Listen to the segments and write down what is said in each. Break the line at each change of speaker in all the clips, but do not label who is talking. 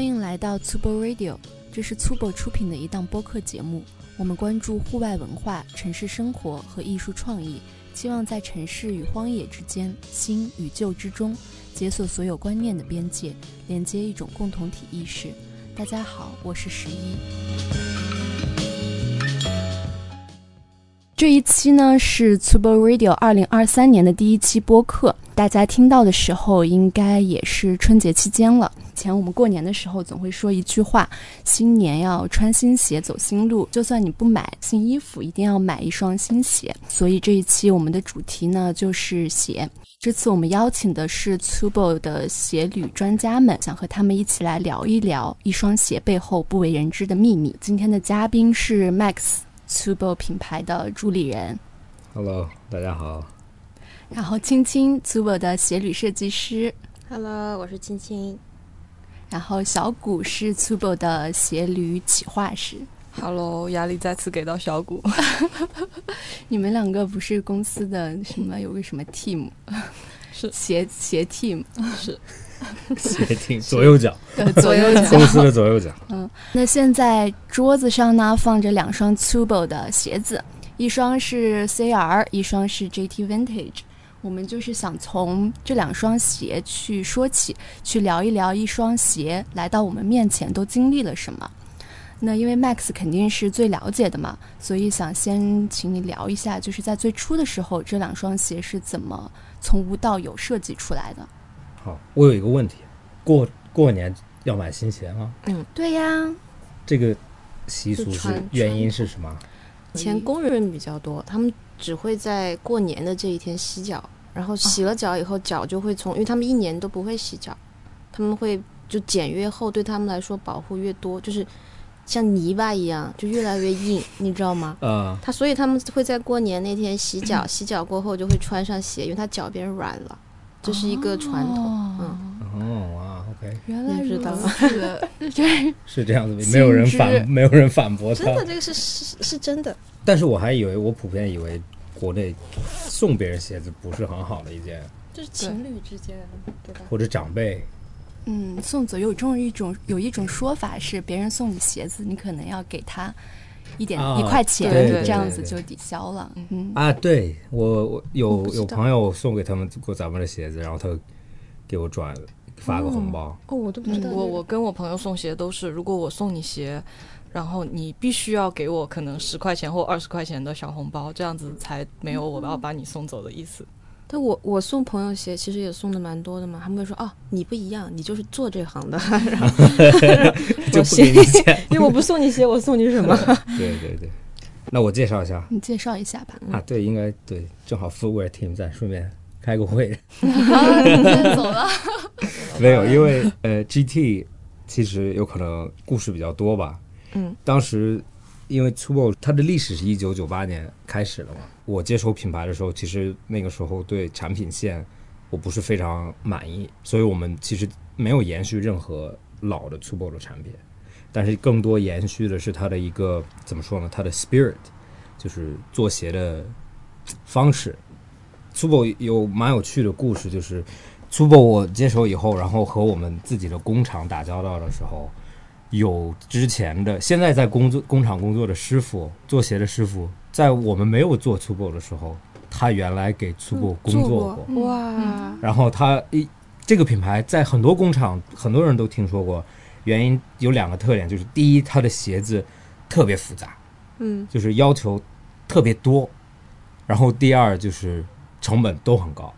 迎来到 Tubo Radio，这是 Tubo 出品的一档播客节目。我们关注户外文化、城市生活和艺术创意，希望在城市与荒野之间、新与旧之中，解锁所有观念的边界，连接一种共同体意识。大家好，我是十一。这一期呢是 Tubo Radio 二零二三年的第一期播客，大家听到的时候应该也是春节期间了。以前我们过年的时候总会说一句话：新年要穿新鞋走新路，就算你不买新衣服，一定要买一双新鞋。所以这一期我们的主题呢就是鞋。这次我们邀请的是 Tubo 的鞋履专家们，想和他们一起来聊一聊一双鞋背后不为人知的秘密。今天的嘉宾是 Max。Tubo 品牌的助理人
，Hello，大家 好。
然后青青，Tubo 的鞋履设计师
，Hello，我是青青。
然后小谷是 Tubo 的鞋履企划师
，Hello，压力再次给到小谷。
你们两个不是公司的什么有个什么 team，
是
鞋鞋 team，
是。
鞋挺左右 脚，
对左右脚，
公司的左右脚。
嗯，那现在桌子上呢放着两双 Tubo 的鞋子，一双是 CR，一双是 JT Vintage。我们就是想从这两双鞋去说起，去聊一聊一双鞋来到我们面前都经历了什么。那因为 Max 肯定是最了解的嘛，所以想先请你聊一下，就是在最初的时候，这两双鞋是怎么从无到有设计出来的。
好，我有一个问题，过过年要买新鞋吗？
嗯，对呀。
这个习俗是原因是什么？
以前工人比较多，他们只会在过年的这一天洗脚，然后洗了脚以后，脚就会从，因为他们一年都不会洗脚，他们会就茧越厚，对他们来说保护越多，就是像泥巴一样，就越来越硬，你知道吗？
啊、嗯，
他所以他们会在过年那天洗脚，洗脚过后就会穿上鞋，因为他脚变软了。这是一个传统，
哦、嗯，哦哇，OK，
原来
知道
是 对，
是这样子，没有人反，没有人反驳他，
真的，这个是是是真的。
但是我还以为，我普遍以为国内送别人鞋子不是很好的一件，
就是情侣之间，对吧？
或者长辈，
嗯，送走有这种一种有一种说法是，别人送你鞋子，你可能要给他。一点、
啊、
一块钱
对对对，
这样子就抵消了。嗯
啊，对我我有有朋友送给他们过咱们的鞋子，然后他给我转发个红包。
哦，哦我都不知道。
嗯我我跟我朋友送鞋都是，如果我送你鞋，然后你必须要给我可能十块钱或二十块钱的小红包，这样子才没有我要
嗯
把你送走的意思。
但我我送朋友鞋，其实也送的蛮多的嘛。他们会说：“哦，你不一样，你就是做这行的。然后”
就不给你钱，
因为我不送你鞋，我送你什么？
对对对，那我介绍一下，
你介绍一下吧。
啊，对，应该对，正好 Footwear Team 在顺便开个会。
啊、你先走了？
没有，因为呃，GT 其实有可能故事比较多吧。
嗯，
当时因为 Tubo 它的历史是一九九八年开始的嘛。我接手品牌的时候，其实那个时候对产品线我不是非常满意，所以我们其实没有延续任何老的 t u b o 的产品，但是更多延续的是它的一个怎么说呢？它的 spirit，就是做鞋的方式。t u b o 有蛮有趣的故事，就是 t u b o 我接手以后，然后和我们自己的工厂打交道的时候，有之前的现在在工作工厂工作的师傅，做鞋的师傅。在我们没有做 Tubo 的时候，他原来给 Tubo 工作
过、嗯、哇。
然后他一这个品牌在很多工厂，很多人都听说过。原因有两个特点，就是第一，它的鞋子特别复杂，
嗯，
就是要求特别多。然后第二就是成本都很高，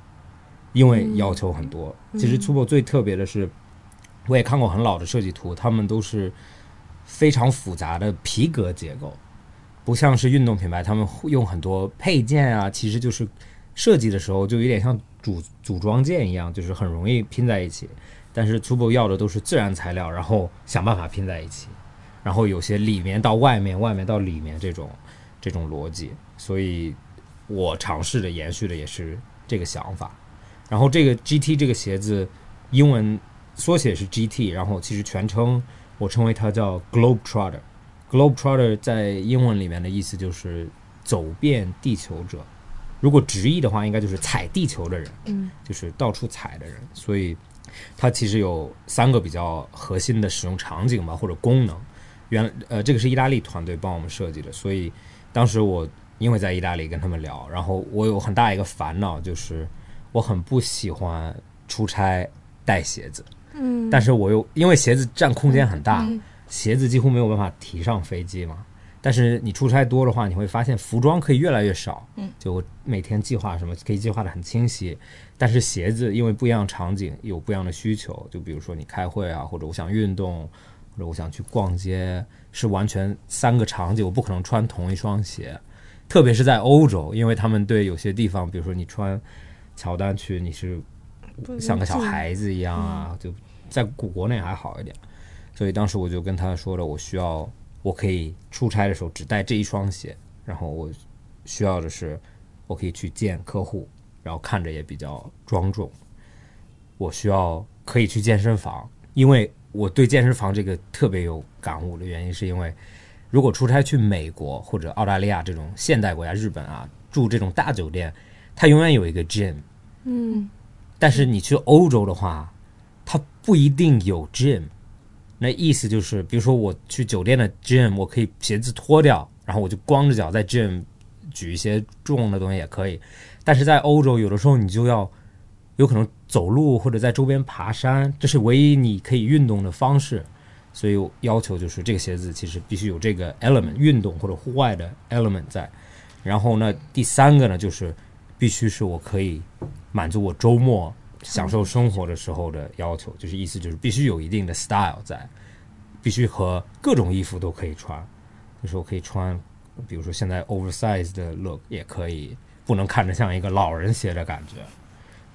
因为要求很多。
嗯、
其实 Tubo 最特别的是，我也看过很老的设计图，他们都是非常复杂的皮革结构。不像是运动品牌，他们用很多配件啊，其实就是设计的时候就有点像组组装件一样，就是很容易拼在一起。但是 Tubo 要的都是自然材料，然后想办法拼在一起，然后有些里面到外面，外面到里面这种这种逻辑。所以我尝试着延续的也是这个想法。然后这个 GT 这个鞋子，英文缩写是 GT，然后其实全称我称为它叫 Globetrotter。Globetrotter 在英文里面的意思就是走遍地球者，如果直译的话，应该就是踩地球的人，
嗯，
就是到处踩的人。所以它其实有三个比较核心的使用场景吧，或者功能。原呃，这个是意大利团队帮我们设计的，所以当时我因为在意大利跟他们聊，然后我有很大一个烦恼，就是我很不喜欢出差带鞋子，嗯，但是我又因为鞋子占空间很大，鞋子几乎没有办法提上飞机嘛。但是你出差多的话，你会发现服装可以越来越少，嗯，就每天计划什么可以计划的很清晰，但是鞋子因为不一样的场景有不一样的需求，就比如说你开会啊，或者我想运动，或者我想去逛街，是完全三个场景，我不可能穿同一双鞋，特别是在欧洲，因为他们对有些地方，比如说你穿乔丹去，你是像个小孩子一样啊，就在国国内还好一点，所以当时我就跟他说了，我需要我可以出差的时候只带这一双鞋，然后我需要的是我可以去见客户，然后看着也比较庄重。我需要可以去健身房，因为我对健身房这个特别有感悟的原因，是因为如果出差去美国或者澳大利亚这种现代国家，日本啊住这种大酒店，它永远有一个 gym，嗯，但是你去欧洲的话，它不一定有 gym，那意思就是，比如说我去酒店的 gym，我可以鞋子脱掉，然后我就光着脚在 gym 举一些重的东西也可以。但是在欧洲，有的时候你就要有可能走路或者在周边爬山，这是唯一你可以运动的方式。所以我要求就是这个鞋子其实必须有这个 element 运动或者户外的 element 在。然后呢，第三个呢就是必须是我可以满足我周末享受生活的时候的要求，就是意思就是必须有一定的 style 在，必须和各种衣服都可以穿，就是我可以穿，比如说现在 oversize 的 look 也可以，不能看着像一个老人鞋的感觉。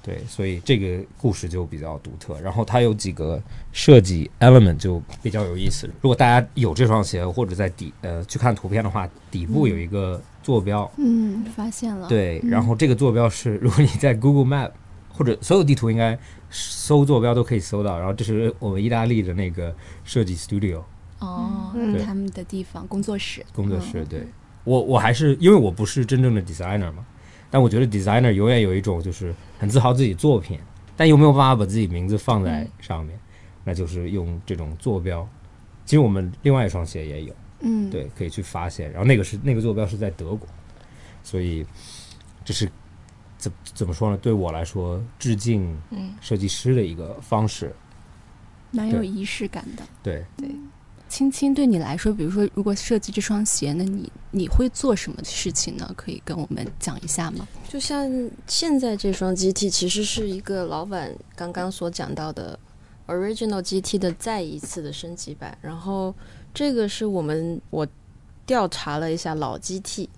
对，所以这个故事就比较独特。然后它有几个设计 element 就比较有意思。如果大家有这双鞋，或者在底呃去看图片的话，底部有一个坐标，
嗯，发现了，，
对，然后这个坐标是，如果你在 Google Map 或者所有地图应该搜坐标都可以搜到。然后这是我们意大利的那个设计 studio
哦，
对
他们的地方工作室，嗯
工作室。对我，我还是因为我不是真正的 designer 嘛，但我觉得 designer 永远有一种就是很自豪自己作品，但又没有办法把自己名字放在上面，那就是用这种坐标。其实我们另外一双鞋也有。
嗯，
对，可以去发现。然后那个是那个坐标是在德国，所以这是怎怎么说呢？对我来说，致敬设计师的一个方式。
蛮有
对
仪式感的。
对，
青青，对你来说，比如说，如果设计这双鞋，那你你会做什么事情呢？可以跟我们讲一下吗？
就像现在这双 GT，其实是一个老板刚刚所讲到的 Original GT 的再一次的升级版。然后这个是我们我调查了一下老 GT，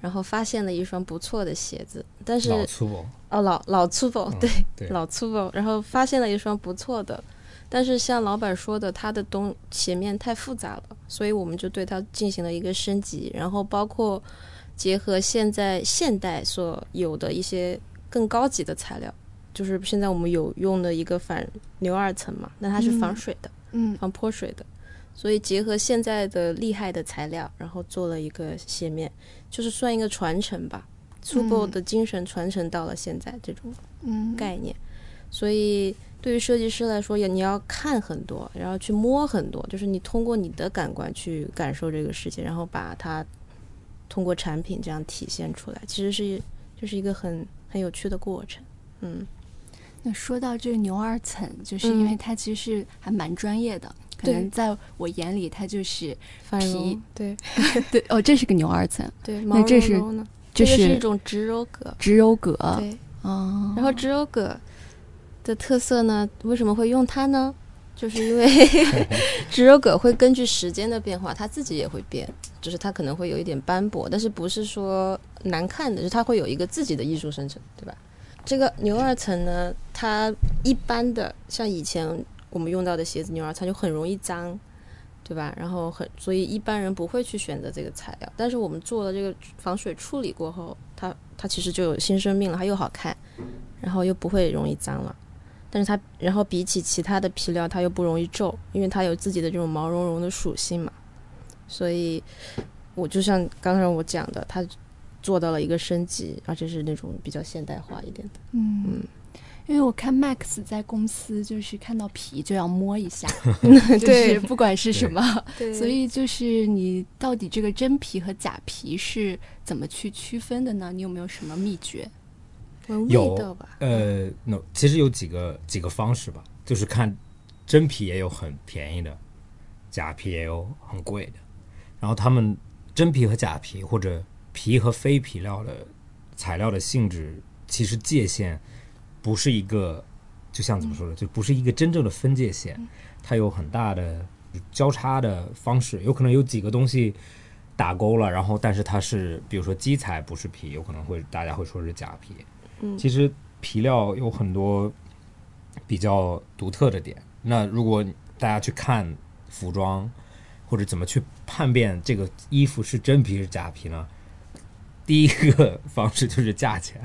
然后发现了一双不错的鞋子，但是
老粗暴，
哦老老粗暴、
嗯
对
对
老粗暴，然后发现了一双不错的。但是像老板说的，它的东鞋面太复杂了，所以我们就对它进行了一个升级，然后包括结合现在现代所有的一些更高级的材料，就是现在我们有用的一个反牛二层嘛，那它是
嗯
防水的，
嗯，
防泼水的，所以结合现在的厉害的材料，然后做了一个鞋面，就是算一个传承吧。粗暴的精神传承到了现在这种
嗯，
概念，所以对于设计师来说，也你要看很多，然后去摸很多，就是你通过你的感官去感受这个世界，然后把它通过产品这样体现出来，其实是这、是一个很很有趣的过程。嗯，
那说到这个牛二层，就是因为
嗯
它其实是还蛮专业的，可
对
能在我眼里，它就是
反
皮
绒对
对哦，这是个牛二层，
对，
那这是
毛茸茸的
这
个是一啊
是
种植鞣革，
植鞣革
对。
哦，
然后植鞣革的特色呢，为什么会用它呢？就是因为植鞣革会根据时间的变化，它自己也会变，就是它可能会有一点斑驳，但是不是说难看的，就是它会有一个自己的艺术生成，对吧？这个牛二层呢，它一般的像以前我们用到的鞋子牛二层就很容易脏，对吧？然后很，所以一般人不会去选择这个材料，但是我们做了这个防水处理过后，它它其实就有新生命了，它又好看，然后又不会容易脏了。但是它，然后比起其他的皮料，它又不容易皱，因为它有自己的这种毛茸茸的属性嘛。所以，我就像刚才我讲的，它做到了一个升级，而且是那种比较现代化一点的。
嗯，因为我看 Max 在公司就是看到皮就要摸一 下，就是
对
不管是什么，
对
所以就是你到底这个真皮和假皮是怎么去区分的呢？你有没有什么秘诀？
闻
有
味道吧，
呃，no，其实有几个几个方式吧，就是看真皮也有很便宜的，假皮也有很贵的。然后他们真皮和假皮或者皮和非皮料的材料的性质，其实界限不是一个，就像怎么说呢，就不是一个真正的分界线，它有很大的交叉的方式，有可能有几个东西。打勾了，然后但是它是，比如说基材不是皮，有可能会大家会说是假皮，其实皮料有很多比较独特的点。那如果大家去看服装，或者怎么去判别这个衣服是真皮是假皮呢？第一个方式就是价钱，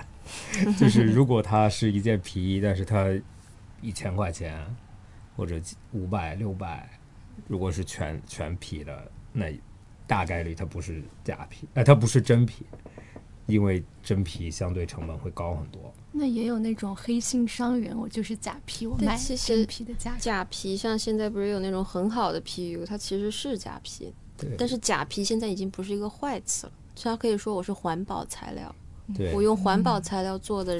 就是如果它是一件皮衣，但是它一千块钱或者五百六百，如果是全全皮的，那大概率它不是假皮，哎、它不是真皮，因为真皮相对成本会高很多。
那也有那种黑心商人，我就是假皮，我
但
卖
其
真
实
皮的价。
假皮像现在不是有那种很好的 PU，它其实是假皮，
对，
但是假皮现在已经不是一个坏词了，虽然可以说我是环保材料，
对
我用环保材料做的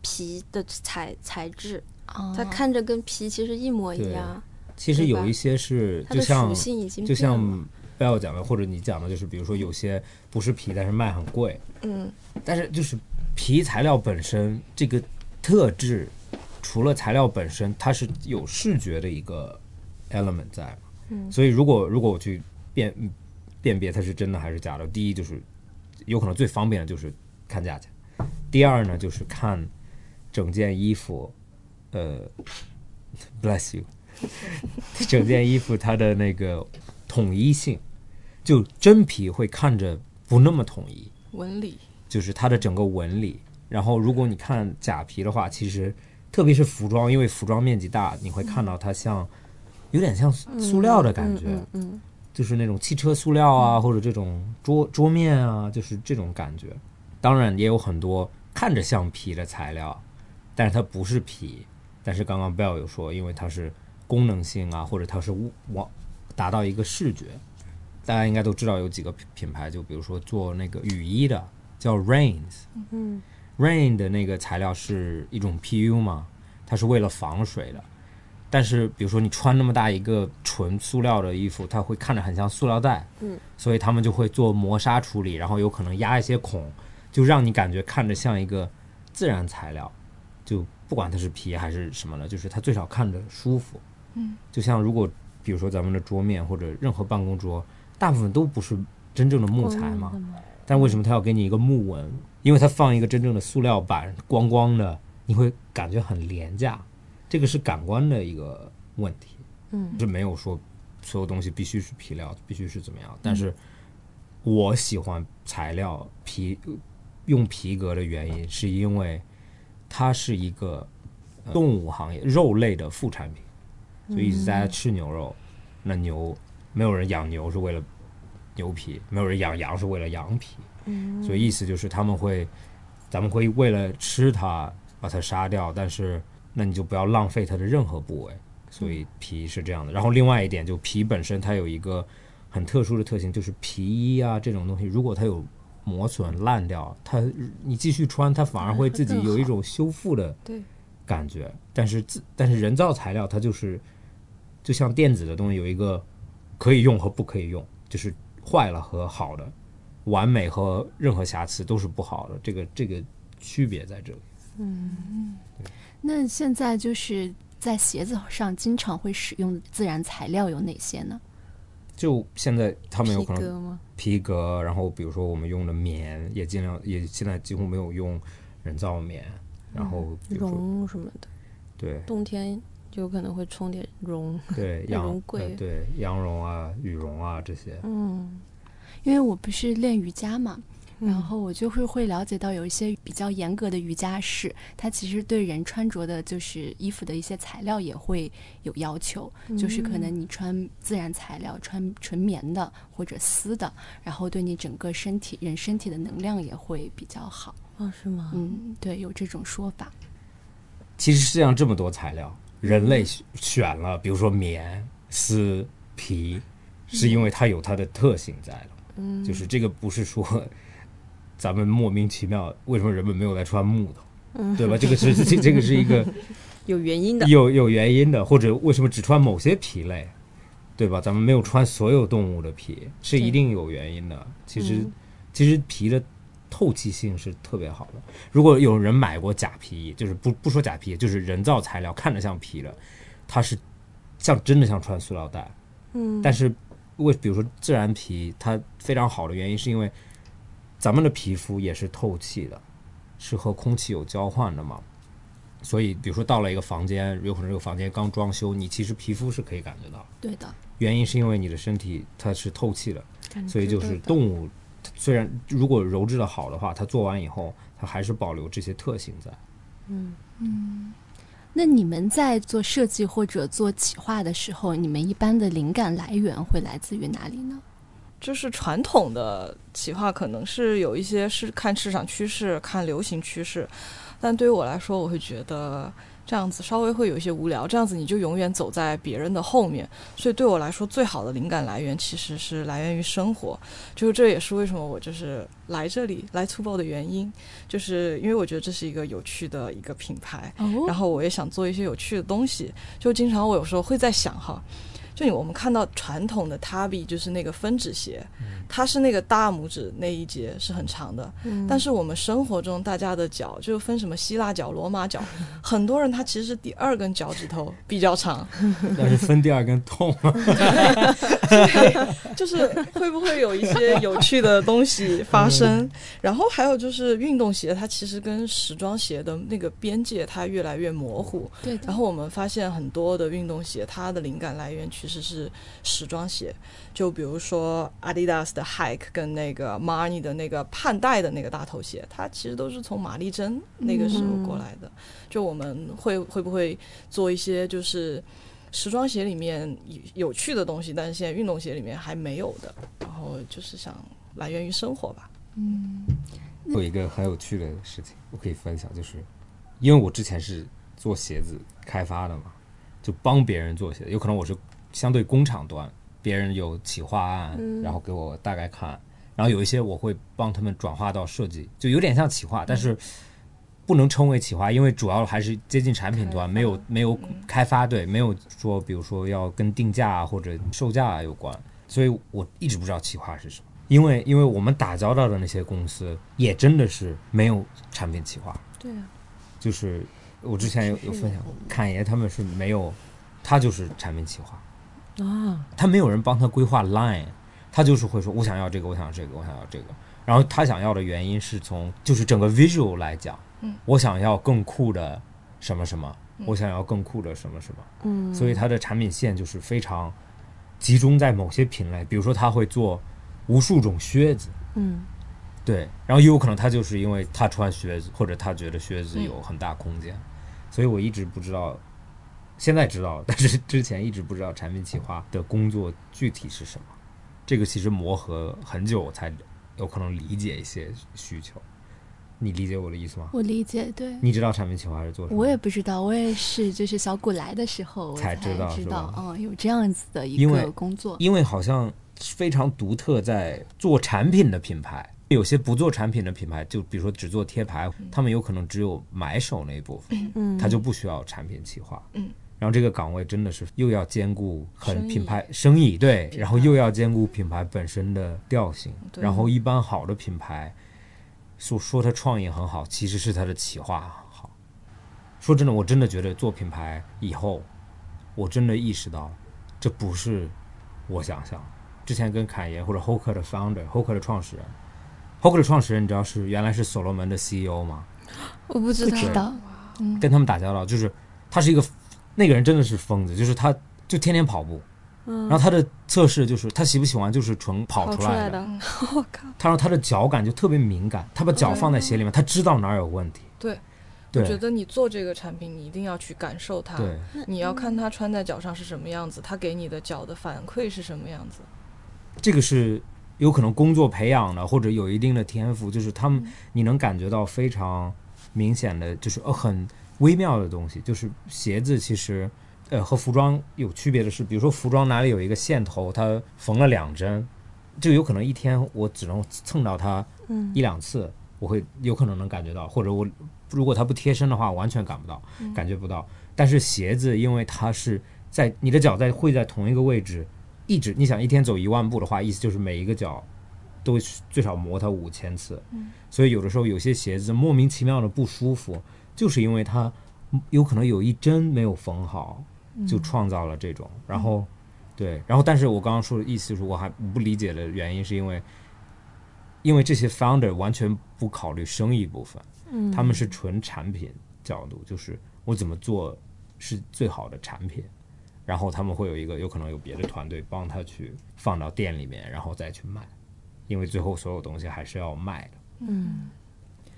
皮的材材质，
哦
啊
它看着跟皮其实一模一样，
其实
对
有
吧
一些是
它
就
的
像
属性已经
就
变了。
像 Bell 讲的，或者你讲的，就是比如说有些不是皮，但是卖很贵，
嗯，
但是就是皮材料本身这个特质，除了材料本身，它是有视觉的一个 element 在嘛。嗯，所以如果如果我去辨辨别它是真的还是假的，第一就是有可能最方便的就是看价钱，第二呢就是看整件衣服，呃，bless you，整件衣服它的那个统一性，就真皮会看着不那么统一。
纹理，
就是它的整个纹理。然后，如果你看假皮的话，其实特别是服装，因为服装面积大，你会看到它像有点像塑料的感觉，
嗯嗯嗯
就是那种汽车塑料啊，或者这种桌桌面啊，就是这种感觉。当然，也有很多看着像皮的材料，但是它不是皮。但是刚刚 Bell 有说，因为它是功能性啊，或者它是往达到一个视觉。大家应该都知道有几个品品牌，就比如说做那个雨衣的叫 Rains，
嗯
Rain 的那个材料是一种 PU 嘛，它是为了防水的。但是比如说你穿那么大一个纯塑料的衣服，它会看着很像塑料袋，
嗯，
所以他们就会做磨砂处理，然后有可能压一些孔，就让你感觉看着像一个自然材料，就不管它是皮还是什么的，就是它最少看着舒服。嗯，就像如果比如说咱们的桌面或者任何办公桌，大部分都不是真正的木材嘛，但为什么他要给你一个木纹？因为他放一个真正的塑料板，光光的，你会感觉很廉价。这个是感官的一个问题，
嗯，
是没有说所有东西必须是皮料，必须是怎么样。但是我喜欢材料皮，用皮革的原因是因为它是一个呃动物行业肉类的副产品，所以一直大家吃牛肉，那牛没有人养牛是为了牛皮，没有人养羊是为了羊皮，所以意思就是他们会，咱们会为了吃它把它杀掉，但是那你就不要浪费它的任何部位，所以皮是这样的。然后另外一点，就皮本身它有一个很特殊的特性，就是皮衣啊这种东西，如果它有磨损烂掉，它你继续穿，它反而会自己有一种修复的
对
感觉。但是自但是人造材料它就是就像电子的东西有一个可以用和不可以用，就是坏了和好的，完美和任何瑕疵都是不好的，这个这个区别在这里。
那现在就是在鞋子上经常会使用的自然材料有哪些呢？
就现在他们有
皮
可能
革吗？
皮革，然后比如说我们用的棉也尽量也现在几乎没有用人造棉，然后比如说
绒什么的，
对
冬天有可能会充点 绒。
对
那
羊
绒
呃
贵
对羊绒啊、羽绒啊这些，
嗯，
因为我不是练瑜伽嘛，然后我就会会了解到有一些比较严格的瑜伽室，它其实对人穿着的就是衣服的一些材料也会有要求，就是可
嗯
能你穿自然材料，穿纯棉的或者丝的，然后对你整个身体人身体的能量也会比较好。
哦，是吗？
嗯，对，有这种说法。
其实世界上这么多材料，人类选了，比如说棉、丝、皮，是因为它有它的特性在了。嗯，就是这个不是说 咱们莫名其妙为什么人们没有来穿木头，对吧？这个是这这个是一个
有原因的。
有有原因的，或者为什么只穿某些皮类，对吧？咱们没有穿所有动物的皮，是一定有原因的。其实、
嗯
其实皮的透气性是特别好的。如果有人买过假皮，就是不不说假皮，就是人造材料看着像皮的，它是像真的像穿塑料袋。嗯，但是为比如说自然皮，它非常好的原因是因为咱们的皮肤也是透气的，是和空气有交换的嘛。所以，比如说到了一个房间，有可能这个房间刚装修，你其实皮肤是可以感觉到，
对的，
原因是因为你的身体它是透气的，所以就是动物虽然如果鞣制的好的话，它做完以后它还是保留这些特性在。
那你们在做设计或者做企划的时候，你们一般的灵感来源会来自于哪里呢？
就是传统的企划可能是有一些是看市场趋势、看流行趋势，但对于我来说，我会觉得这样子稍微会有一些无聊，这样子你就永远走在别人的后面。所以对我来说，最好的灵感来源其实是来源于生活，就是这也是为什么我就是来这里来粗暴的原因，就是因为我觉得这是一个有趣的一个品牌，
哦
然后我也想做一些有趣的东西，就经常我有时候会在想哈，就你我们看到传统的 Tabi 就是那个分趾鞋，它是那个大拇指那一节是很长的，但是我们生活中大家的脚就分什么希腊脚、罗马脚，很多人他其实是第二根脚趾头比较长，
但是分第二根痛啊，
就是会不会有一些有趣的东西发生？然后还有就是运动鞋，它其实跟时装鞋的那个边界它越来越模糊，
对的
然后我们发现很多的运动鞋，它的灵感来源其实是时装鞋，就比如说 Adidas 的 Hike 跟那个 Marni 的那个盼带的那个大头鞋，它其实都是从玛丽珍那个时候过来的。
嗯
就我们会会不会做一些就是时装鞋里面有有趣的东西，但是现在运动鞋里面还没有的，然后就是想来源于生活吧。
有一个很有趣的事情，我可以分享，就是因为我之前是做鞋子开发的嘛，就帮别人做鞋子，有可能我是相对工厂端，别人有企划案，然后给我大概看，然后有一些我会帮他们转化到设计，就有点像企划，但是不能称为企划，因为主要还是接近产品端，没有没有开发，对，没有说比如说要跟定价啊或者售价啊有关，所以我一直不知道企划是什么。因为因为我们打交道的那些公司也真的是没有产品企划，
对啊，
就是我之前有有分享过，侃爷他们是没有，他就是产品企划啊，他没有人帮他规划 line，他就是会说我想要这个，我想要这个，我想要这个，然后他想要的原因是从就是整个 visual 来讲，嗯，我想要更酷的什么什么，我想要更酷的什么什么，嗯，所以他的产品线就是非常集中在某些品类，比如说他会做无数种靴子，
嗯，
对，然后也有可能他就是因为他穿靴子，或者他觉得靴子有很大空间，所以我一直不知道，现在知道了，但是之前一直不知道产品企划的工作具体是什么。这个其实磨合很久我才有可能理解一些需求，你理解我的意思吗？
我理解，对。
你知道产品企划是做什么？
我也不知道，我也是，就是小谷来的时候我
才知
知
道是吧
嗯，有这样子的一
因为
个工作，
因为好像非常独特，在做产品的品牌，有些不做产品的品牌，就比如说只做贴牌，他们有可能只有买手那一部分，嗯，他就不需要产品企划，嗯。然后这个岗位真的是又要兼顾很
生意
品牌嗯生意对，然后又要兼顾品牌本身的调性，
对
然后一般好的品牌，说说它创意很好，其实是它的企划好。说真的，我真的觉得做品牌以后，我真的意识到，这不是我想象。之前跟侃爷或者 Hoka 的 founder，Hoka 的创始人，Hoka 的创始人，你知道是原来是所罗门的 CEO 吗？
我不知
不
道，
知道，
跟他们打交道，就是他是一个那个人真的是疯子，就是他就天天跑步，然后他的测试就是他喜不喜欢就是纯跑
嗯跑
出
出
来
来
的。
的，
他说他的脚感就特别敏感，他把脚放在鞋里面，他知道哪儿有问题。
对，我觉
对
得你做这个产品，你一定要去感受它。
对，
你要看它穿在脚上是什么样子，它给你的脚的反馈是什么样子。
这个是有可能工作培养的，或者有一定的天赋，就是他们你能感觉到非常明显的，就是呃很微妙的东西，就是鞋子其实。呃，和服装有区别的是，比如说服装哪里有一个线头，它缝了两针，就有可能一天我只能蹭到它
嗯
一两次，我会有可能能感觉到，或者我如果它不贴身的话，完全感不到，感觉不到。但是鞋子，因为它是在你的脚在会在同一个位置一直，你想一天走一万步的话，意思就是每一个脚都最少磨它五千次，所以有的时候有些鞋子莫名其妙的不舒服，就是因为它有可能有一针没有缝好，就创造了这种，然后。对，然后但是我刚刚说的意思就是，我还不理解的原因是因为因为这些 founder 完全不考虑生意部分，他们是纯产品角度，就是我怎么做是最好的产品，然后他们会有一个有可能有别的团队帮他去放到店里面，然后再去卖，因为最后所有东西还是要卖的。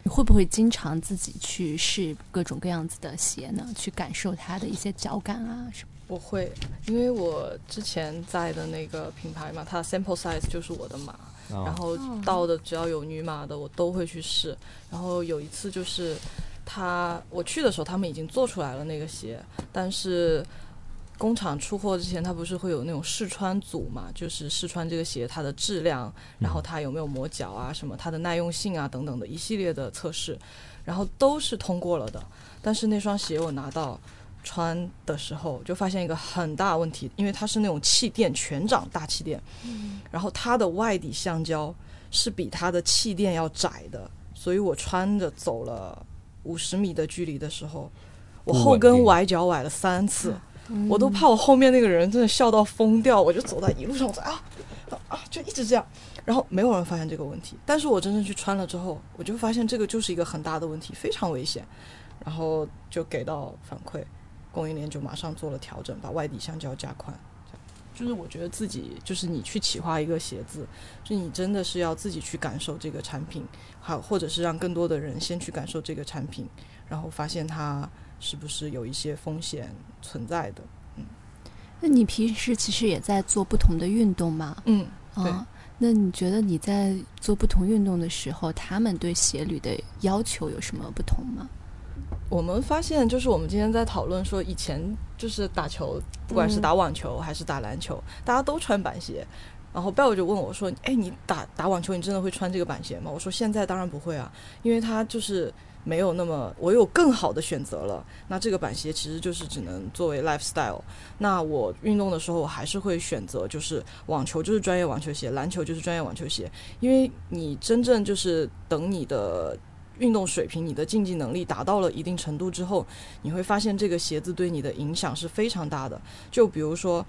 你会不会经常自己去试各种各样子的鞋呢？去感受它的一些脚感啊什么？
我会，因为我之前在的那个品牌嘛，它 sample size 就是我的码，
啊
然后到的只要有女码的，我都会去试。然后有一次就是他我去的时候，他们已经做出来了那个鞋，但是工厂出货之前，他不是会有那种试穿组嘛，就是试穿这个鞋它的质量，然后它有没有磨脚啊，什么它的耐用性啊等等的一系列的测试，然后都是通过了的。但是那双鞋我拿到。穿的时候就发现一个很大问题，因为它是那种气垫全掌大气垫，
嗯
然后它的外底橡胶是比它的气垫要窄的，所以我穿着走了五十米的距离的时候，我
不稳
后跟
定嗯
崴脚崴了三次，我都怕我后面那个人真的笑到疯掉，我就走在一路上，我在啊啊啊，就一直这样。然后没有人发现这个问题，但是我真正去穿了之后，我就发现这个就是一个很大的问题，非常危险。然后就给到反馈，供应链就马上做了调整，把外底橡胶加宽。这样就是我觉得自己，就是你去企划一个鞋子，就你真的是要自己去感受这个产品，好，或者是让更多的人先去感受这个产品，然后发现它是不是有一些风险存在的。
那你平时其实也在做不同的运动嘛？
嗯，对
啊，那你觉得你在做不同运动的时候，他们对鞋履的要求有什么不同吗？
我们发现，就是我们今天在讨论说，以前就是打球，不管是打网球还是打篮球，大家都穿板鞋。然后 Bell 就问我说：“哎，你打打网球，你真的会穿这个板鞋吗？”我说：“现在当然不会啊，因为它就是没有那么，我有更好的选择了。那这个板鞋其实就是只能作为 lifestyle。那我运动的时候，我还是会选择就是网球就是专业网球鞋，篮球就是专业网球鞋，因为你真正就是等你的运动水平、你的竞技能力达到了一定程度之后，你会发现这个鞋子对你的影响是非常大的。就比如说，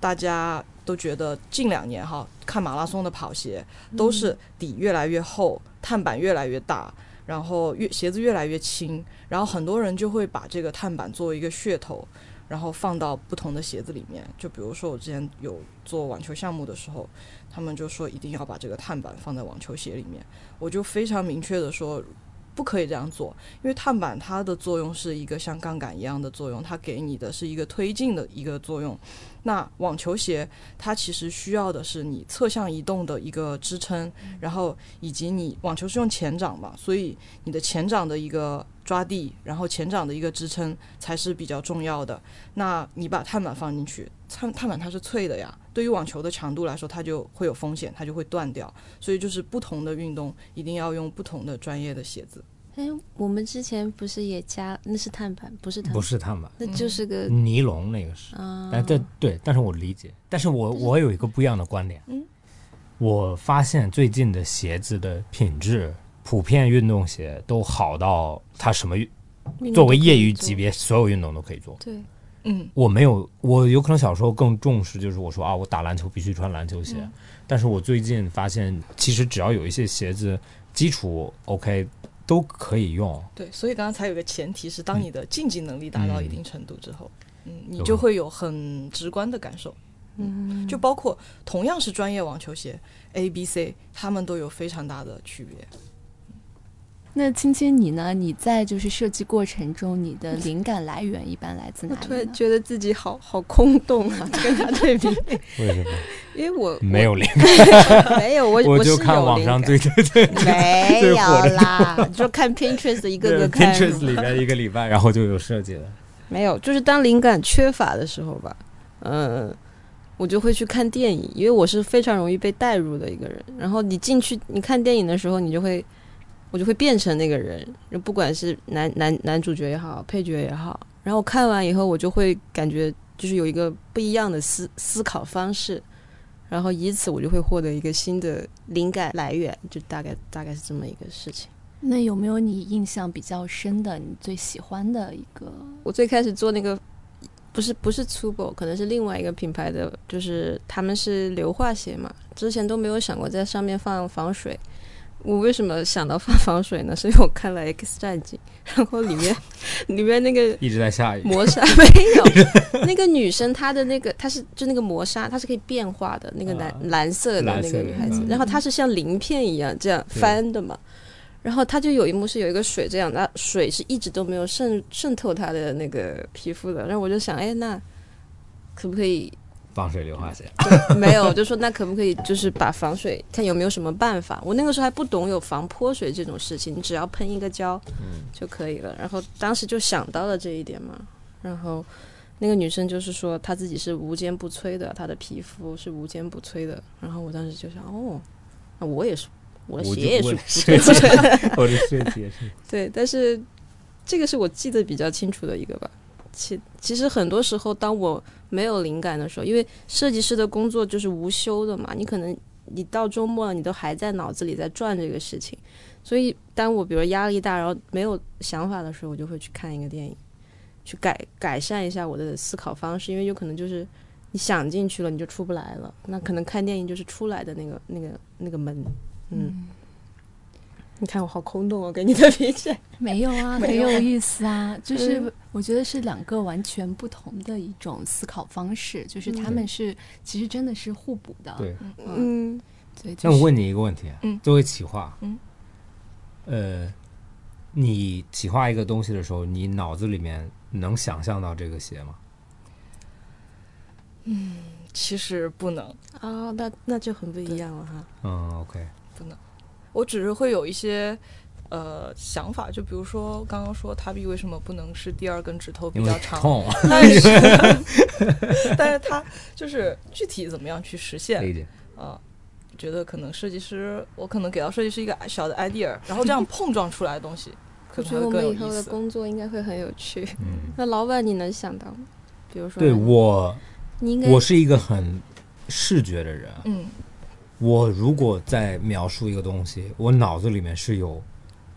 大家都觉得近两年哈，看马拉松的跑鞋都是底越来越厚，碳板越来越大。然后越鞋子越来越轻，然后很多人就会把这个碳板作为一个噱头，然后放到不同的鞋子里面。就比如说我之前有做网球项目的时候，他们就说一定要把这个碳板放在网球鞋里面，我就非常明确的说，不可以这样做，因为碳板它的作用是一个像杠杆一样的作用，它给你的是一个推进的一个作用。那网球鞋它其实需要的是你侧向移动的一个支撑，然后以及你网球是用前掌嘛，所以你的前掌的一个抓地，然后前掌的一个支撑才是比较重要的。那你把碳板放进去，碳碳板它是脆的呀，对于网球的强度来说，它就会有风险，它就会断掉。所以就是不同的运动一定要用不同的专业的鞋子。
哎，我们之前不是也加那是碳板，不是碳，
不是嗯他们
那就是个、
尼龙那个是，但但对，但是我理解，嗯但是嗯我我有一个不一样的观点，我发现最近的鞋子的品质，普遍运动鞋都好到它什么运
运动
作为
都可以
业余
做
级别，所有运动都可以做。
对，
嗯，
我没有，我有可能小时候更重视，就是我说啊，我打篮球必须穿篮球鞋。但是我最近发现，其实只要有一些鞋子基础 OK，都可以用。
对，所以刚刚才有个前提是，
嗯
当你的竞技能力达到一定程度之后，嗯，你就会有很直观的感受。嗯，就包括同样是专业网球鞋 A、B、C，他们都有非常大的区别。
那青青你呢？你在就是设计过程中，你的灵感来源一般来自
我
哪
突
里
然
呢？
觉得自己好好空洞啊，跟他对比，
为什么
因为我
没有灵感？
我没有我
我
是
就看
有
网
灵
上
感
最 最最
没
最
有
火的
啦，就看 Pinterest 一个个看。
Pinterest 里边一个礼拜，然后就有设计了。
没有，就是当灵感缺乏的时候吧，嗯、我就会去看电影，因为我是非常容易被带入的一个人。然后你进去，你看电影的时候，你就会，我就会变成那个人，就不管是男男男主角也好，配角也好。然后看完以后，我就会感觉就是有一个不一样的思思考方式，然后以此我就会获得一个新的灵感来源，就大概大概是这么一个事情。
那有没有你印象比较深的、你最喜欢的一个？
我最开始做那个不是不是 Tubo，可能是另外一个品牌的，就是他们是硫化鞋嘛，之前都没有想过在上面放防水。我为什么想到放防水呢？是因为我看了《X 战警》，然后里面里面那个
一直在下雨，
磨 砂没有，那个女生她的那个她是就那个磨砂，她是可以变化的，那个蓝、
啊
蓝色的
蓝
那
色
个
的
女孩子
嗯，
然后她是像鳞片一样这样
对
翻的嘛，然后她就有一幕是有一个水这样，那水是一直都没有渗渗透她的那个皮肤的，然后我就想，哎，那可不可以
防水硫化鞋。
没有，就说那可不可以就是把防水看有没有什么办法？我那个时候还不懂有防泼水这种事情，你只要喷一个胶就可以了。然后当时就想到了这一点嘛，然后那个女生就是说她自己是无坚不摧的，她的皮肤是无坚不摧的。然后我当时就想，哦，那我也是，我的
我
鞋
就
也
我
是
的鞋
不摧的。
我的设计也是，
对，但是这个是我记得比较清楚的一个吧。其其实很多时候，当我没有灵感的时候，因为设计师的工作就是无休的嘛，你可能你到周末了，你都还在脑子里在转这个事情，所以当我比如压力大，然后没有想法的时候，我就会去看一个电影，去改改善一下我的思考方式，因为有可能就是你想进去了，你就出不来了，那可能看电影就是出来的那个那个那个门，嗯。你看我好空洞哦，给你的理解。
没有啊，很有意思啊， 就是我觉得是两个完全不同的一种思考方式，就是他们是其实真的是互补的。
对。
嗯，
嗯，
对，
那
就
我
是
问你一个问题，啊
嗯
作为企划，
嗯
呃，你企划一个东西的时候，你脑子里面能想象到这个鞋吗？
其实不能，
哦，那那就很不一样了哈。
嗯，OK，
我只是会有一些呃想法，就比如说刚刚说塔比为什么不能是第二根指头比
因为
较长，
痛，啊
但是但是它就是具体怎么样去 实现
理解。
啊、觉得可能设计师，我可能给到设计师一个小的 idea，然 后这样碰撞出来的东 西，可
我
能
觉得
还
我们
会更有
以后
意
的
思。
工作应该会很有趣。
嗯，
那老板，你能想到吗？比如说，
对我，
你应该
我是一个很视觉的人，
嗯，
我如果在描述一个东西，我脑子里面是有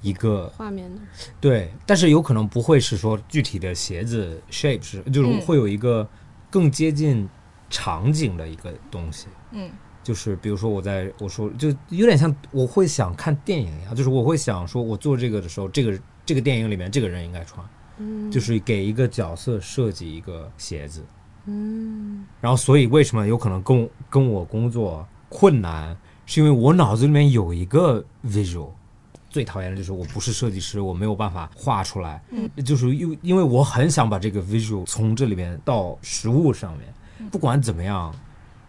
一个
画面的，
对，但是有可能不会是说具体的鞋子 shape 是，就是
嗯
会有一个更接近场景的一个东西。
嗯，
就是比如说我在我说就有点像我会想看电影一样，就是我会想说我做这个的时候，这个这个电影里面这个人应该穿，
嗯，
就是给一个角色设计一个鞋子。
嗯，
然后所以为什么有可能跟我跟我工作困难，是因为我脑子里面有一个 visual。最讨厌的就是我不是设计师，我没有办法画出来，
嗯
就是因为因为我很想把这个 visual 从这里面到实物上
嗯
面，不管怎么样，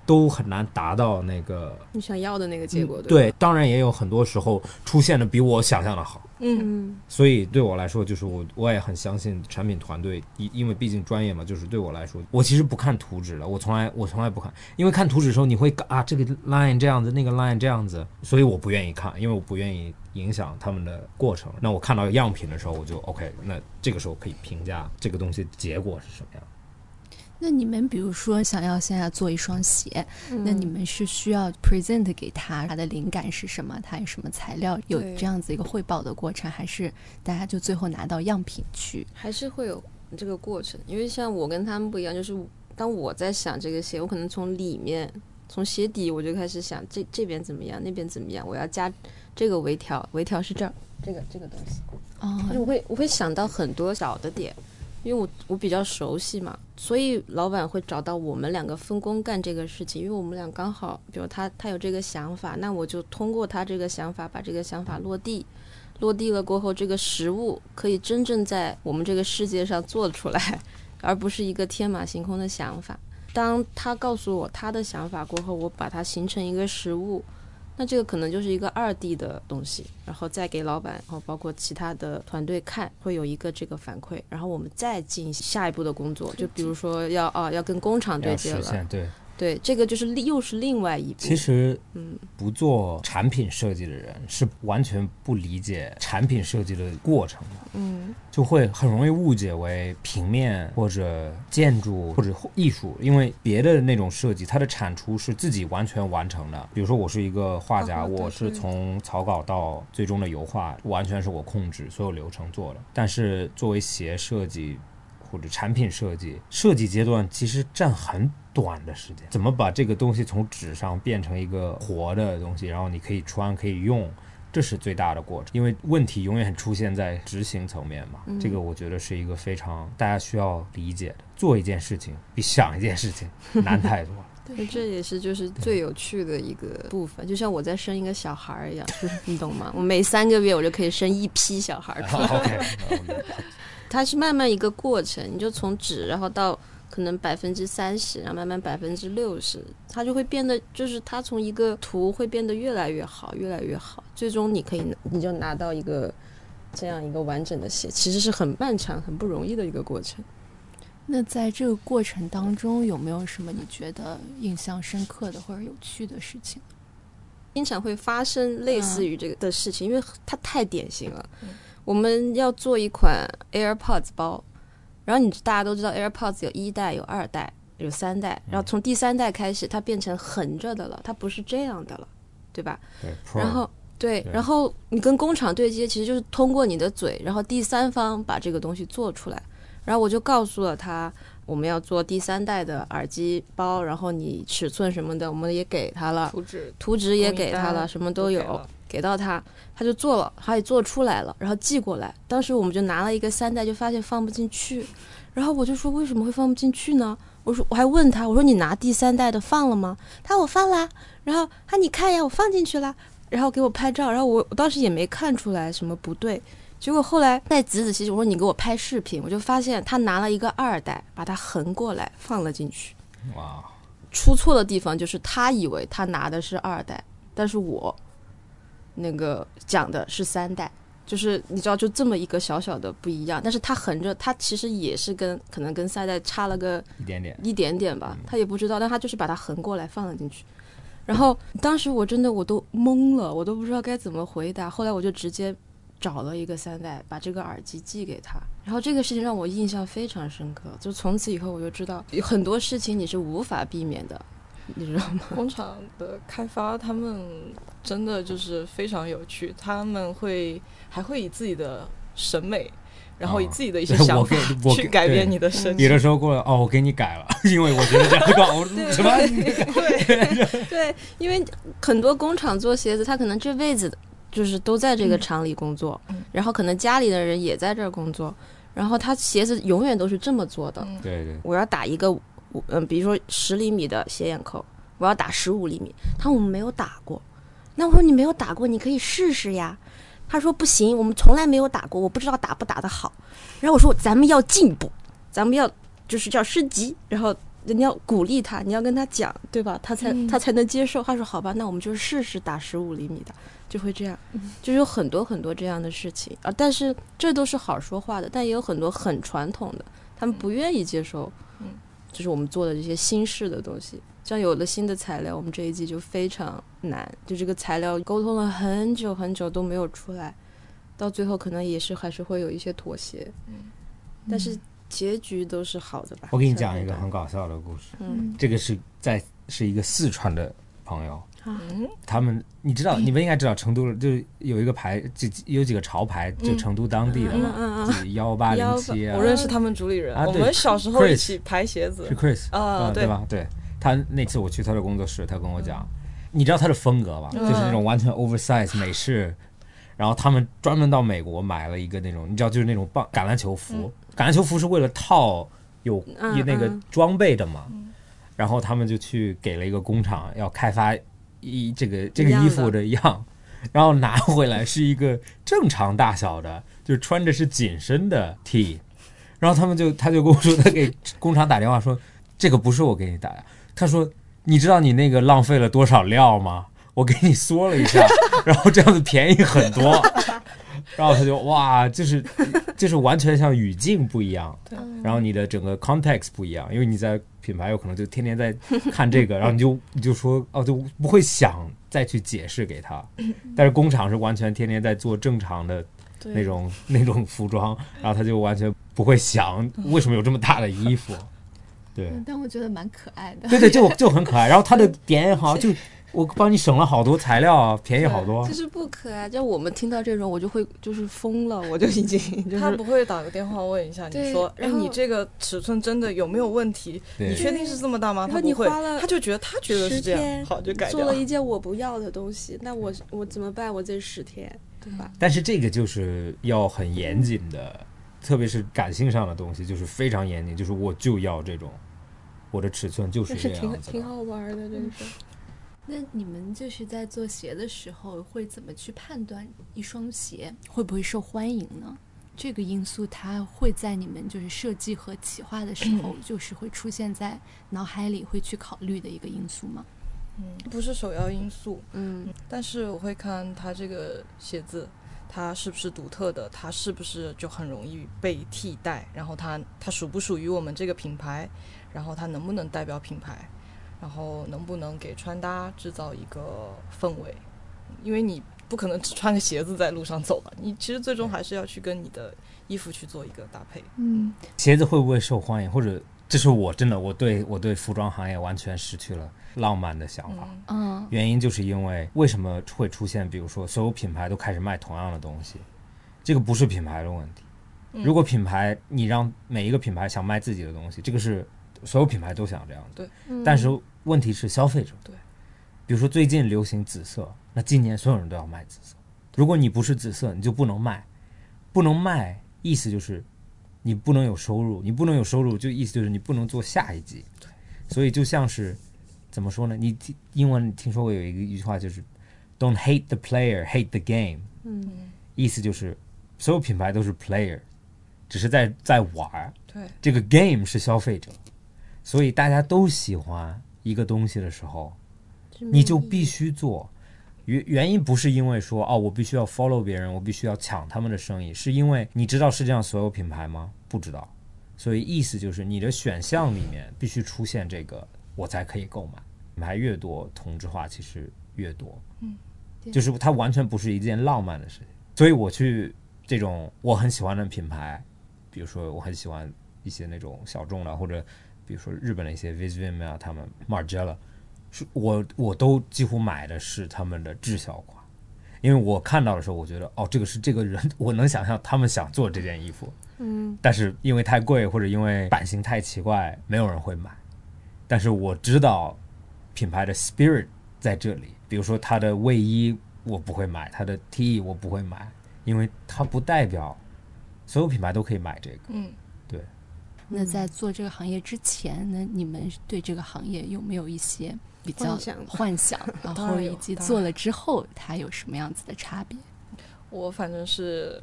都很难达到那个
你想要的那个结果，
嗯
对
对，当然也有很多时候出现的比我想象的好，
吧，嗯
所以对我来说，就是我我也很相信产品团队，因因为毕竟专业嘛，就是对我来说，我其实不看图纸了，我从来我从来不看，因为看图纸的时候你会啊这个 line 这样子，那个 line 这样子，所以我不愿意看，因为我不愿意影响他们的过程。那我看到样品的时候，我就 OK，那这个时候可以评价这个东西结果是什么样。
那你们比如说想要现在做一双鞋，
嗯
那你们是需要 present 给他，他的灵感是什么，他有什么材料，有
对
这样子一个汇报的过程，还是大家就最后拿到样品去？
还是会有这个过程，因为像我跟他们不一样，就是当我在想这个鞋，我可能从里面从鞋底我就开始想这这边怎么样，那边怎么样，我要加这个微调，微调是这儿这个这个东西。就是
哦，
我会我会想到很多小的点，因为我我比较熟悉嘛，所以老板会找到我们两个分工干这个事情，因为我们俩刚好，比如他他有这个想法，那我就通过他这个想法把这个想法落地，落地了过后，这个实物可以真正在我们这个世界上做出来，而不是一个天马行空的想法。当他告诉我他的想法过后，我把它形成一个实物，那这个可能就是一个二 D 的东西，然后再给老板，然后包括其他的团队看，会有一个这个反馈，然后我们再进下一步的工作，就比如说要啊要跟工厂对
要
接
实
了，
现对。
对，这个就是另又是另外一步。
其实
嗯，
不做产品设计的人是完全不理解产品设计的过程的，
嗯，
就会很容易误解为平面或者建筑或者艺术，因为别的那种设计，它的产出是自己完全完成的。比如说，我是一个画家，
画画对
我是
对
从草稿到最终的油画，完全是我控制所有流程做的。但是作为鞋设计或者产品设计，设计阶段其实占很短的时间。怎么把这个东西从纸上变成一个活的东西，然后你可以穿，可以用，这是最大的过程。因为问题永远出现在执行层面嘛，
嗯
这个我觉得是一个非常大家需要理解的。做一件事情比想一件事情难太 多了。
那这也是就是最有趣的一个部分，就像我在生一个小孩儿一样，就是你懂吗？我每三个月我就可以生一批小孩
哎
儿出来，
啊 OK，
它是慢慢一个过程，你就从纸，然后到可能百分之三十，然后慢慢百分之六十，它就会变得就是它从一个图会变得越来越好，越来越好，最终你可以你就拿到一个这样一个完整的鞋，其实是很漫长、很不容易的一个过程。
那在这个过程当中，有没有什么你觉得印象深刻的或者有趣的事情？
经常会发生类似于这个的事情，因为它太典型了。我们要做一款 AirPods 包，然后你大家都知道 AirPods 有一代、有二代、有三代，然后从第三代开始，它变成横着的了，它不是这样的了，对吧？
对，Pro，
然后对，
对
然后你跟工厂对接，其实就是通过你的嘴，然后第三方把这个东西做出来。然后我就告诉了他，我们要做第三代的耳机包，然后你尺寸什么的，我们也给他了。
图纸
图纸也
供应
给他
单
了，什么
啊都
都
给
有
了，
给到他，他就做了，他也做出来了，然后寄过来。当时我们就拿了一个三代，就发现放不进去，然后我就说为什么会放不进去呢？我说我还问他，我说你拿第三代的放了吗？他说我放啦，然后他你看呀，我放进去啦，然后给我拍照，然后我我当时也没看出来什么不对。结果后来再仔仔细细，我说你给我拍视频，我就发现他拿了一个二代，把它横过来放了进去。
哇，
出错的地方就是他以为他拿的是二代，但是我那个讲的是三代，就是你知道就这么一个小小的不一样，但是他横着，他其实也是跟可能跟三代差了个
一点点，
一点点吧，他也不知道，但他就是把它横过来放了进去。然后当时我真的我都懵了，我都不知道该怎么回答。后来我就直接找了一个三代，把这个耳机寄给他。然后这个事情让我印象非常深刻，就从此以后我就知道有很多事情你是无法避免的，你知道吗？
工厂的开发，他们真的就是非常有趣，他们会还会以自己的审美，然后以
啊
自己 的一些
对
想
我
法
给我
去
给
改变
对
你的身体
有。的时候过来哦，我给你改了， 因为我觉得这样搞，我
对
什么？
对，因为很多工厂做鞋子，他可能这辈子就是都在这个厂里工作，
嗯
然后可能家里的人也在这儿工作，然后他鞋子永远都是这么做的。
嗯
对对，
我要打一个五，嗯，比如说十厘米的斜眼扣，我要打十五厘米。他说我们没有打过，那我说你没有打过，你可以试试呀。他说不行，我们从来没有打过，我不知道打不打得好。然后我说咱们要进步，咱们要就是叫升级，然后你要鼓励他，你要跟他讲，对吧？他才、
嗯
他才能接受。他说好吧，那我们就试试打十五厘米的，就会这样，就是有很多很多这样的事情啊。但是这都是好说话的，但也有很多很传统的，他们不愿意接受，
嗯
就是我们做的这些新式的东西。像有了新的材料，我们这一季就非常难，就这个材料沟通了很久很久都没有出来，到最后可能也是还是会有一些妥协，但是结局都是好的吧。
我给你讲一个很搞笑的故事，
嗯
这个是在是一个四川的朋友，
啊
嗯，
他们你知道，
嗯
你们应该知道成都就是有一个牌，就有几个潮牌，就成都当地的
嗯
嘛，
嗯嗯，
幺八零七啊
我，认识他们主理人，
啊
我
对
们小时候一
Chris
起排鞋子
是。Chris
哦
啊
嗯
对
对吧？对他那次我去他的工作室，他跟我讲，
嗯
你知道他的风格吧？
嗯
就是那种完全 oversize 美式，然后他们专门到美国买了一个那种，你知道就是那种棒橄榄球服，橄榄球服是为了套有
嗯
一那个
嗯
装备的嘛，然后他们就去给了一个工厂要开发一这个这个
一样
衣
的
服的样，然后拿回来是一个正常大小的，就穿着是紧身的 T，然后他们就他就跟我说，他给工厂打电话说，这个不是我给你打的，他说你知道你那个浪费了多少料吗？我给你缩了一下，然后这样子便宜很多，然后他就哇，就是就是完全像语境不一样，然后你的整个 context 不一样，因为你在品牌有可能就天天在看这个，然后你就你就说哦，就不会想再去解释给他。但是工厂是完全天天在做正常的
对
那种那种服装，然后他就完全不会想为什么有这么大的衣服。对
嗯但我觉得蛮可爱的。
对对，就就很可爱。然后它的点也好，就我帮你省了好多材料啊，便宜好多
就。是不可爱。就我们听到这种，我就会就是疯了，我就已经 就
他
是
不会打个电话问一下你
对
说，哎，
然后
你这个尺寸真的有没有问题？你
对
确定是这么大吗？
然
他
后
不
你
会
花，了
他就觉得他觉得是这
10
样，
天
好就改
做
掉
了一件我不要的东西，那我我怎么办？我这十天，对吧？
但是这个就是要很严谨的，特别是感性上的东西，就是非常严谨，就是我就要这种，我的尺寸就是
但
这
是
样
挺
子
挺
的。
好玩的，这个。
那你们就是在做鞋的时候，会怎么去判断一双鞋会不会受欢迎呢？这个因素它会在你们就是设计和企划的时候，就是会出现在脑海里会去考虑的一个因素吗？
不是首要因素。
嗯，
但是我会看它这个鞋子，它是不是独特的，它是不是就很容易被替代，然后它它属不属于我们这个品牌，然后它能不能代表品牌，然后能不能给穿搭制造一个氛围，因为你不可能只穿个鞋子在路上走吧，你其实最终还是要去跟你的衣服去做一个搭配。
嗯，
鞋子会不会受欢迎？或者这是我真的我对我对服装行业完全失去了浪漫的想法。
嗯，
嗯，
原因就是因为为什么会出现，比如说所有品牌都开始卖同样的东西，这个不是品牌的问题。
嗯
如果品牌你让每一个品牌想卖自己的东西，这个是所有品牌都想这样的。
嗯
对，但是问题是消费者。
对，
比如说最近流行紫色，那今年所有人都要卖紫色。如果你不是紫色，你就不能卖，不能卖，意思就是你不能有收入，你不能有收入，就意思就是你不能做下一季。对，所以就像是怎么说呢？你听英文你听说过有一个一句话就是 "Don't hate the player, hate the game"，
嗯，
意思就是所有品牌都是 player，只是在在玩儿，
对，
这个 game 是消费者，所以大家都喜欢一个东西的时候，你就必须做。原原因不是因为说哦，我必须要 follow 别人，我必须要抢他们的生意，是因为你知道世界上所有品牌吗？不知道，所以意思就是你的选项里面必须出现这个，我才可以购买。品牌越多，同质化其实越多。嗯，就是它完全不是一件浪漫的事情。所以我去这种我很喜欢的品牌，比如说我很喜欢一些那种小众的，或者比如说日本的一些 Visvim 啊，他们 Margiela，是我我都几乎买的是他们的滞销款，因为我看到的时候，我觉得哦，这个是这个人，我能想象他们想做这件衣服，嗯，但是因为太贵或者因为版型太奇怪，没有人会买。但是我知道品牌的 spirit 在这里，比如说它的卫衣我不会买，它的 T E 我不会买，因为它不代表所有品牌都可以买这个。
嗯。
那在做这个行业之前，那你们对这个行业有没有一些比较
幻想
幻 想，然
当然
后
有
以及
当然
做
有
了之后它有什么样子的差别？
我反正是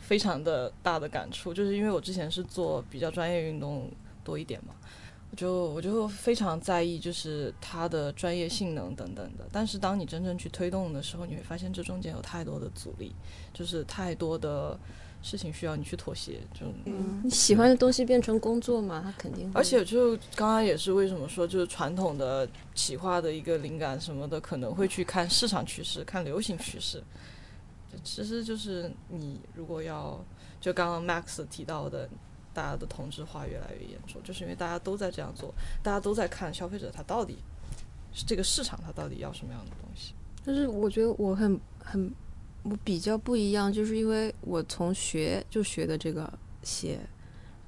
非常的大的感触，就是因为我之前是做比较专业运动多一点嘛，我就我就非常在意就是它的专业性能等等的。但是当你真正去推动的时候，你会发现这中间有太多的阻力，就是太多的事情需要你去妥协，就
嗯
你喜欢的东西变成工作嘛，他肯定会。
而且就刚刚也是为什么说，就是传统的企划的一个灵感什么的，可能会去看市场趋势、看流行趋势。就其实就是你如果要，就刚刚 Max 提到的，大家的同质化越来越严重，就是因为大家都在这样做，大家都在看消费者他到底是这个市场他到底要什么样的东西。
就是我觉得我很很我比较不一样，就是因为我从学就学的这个鞋，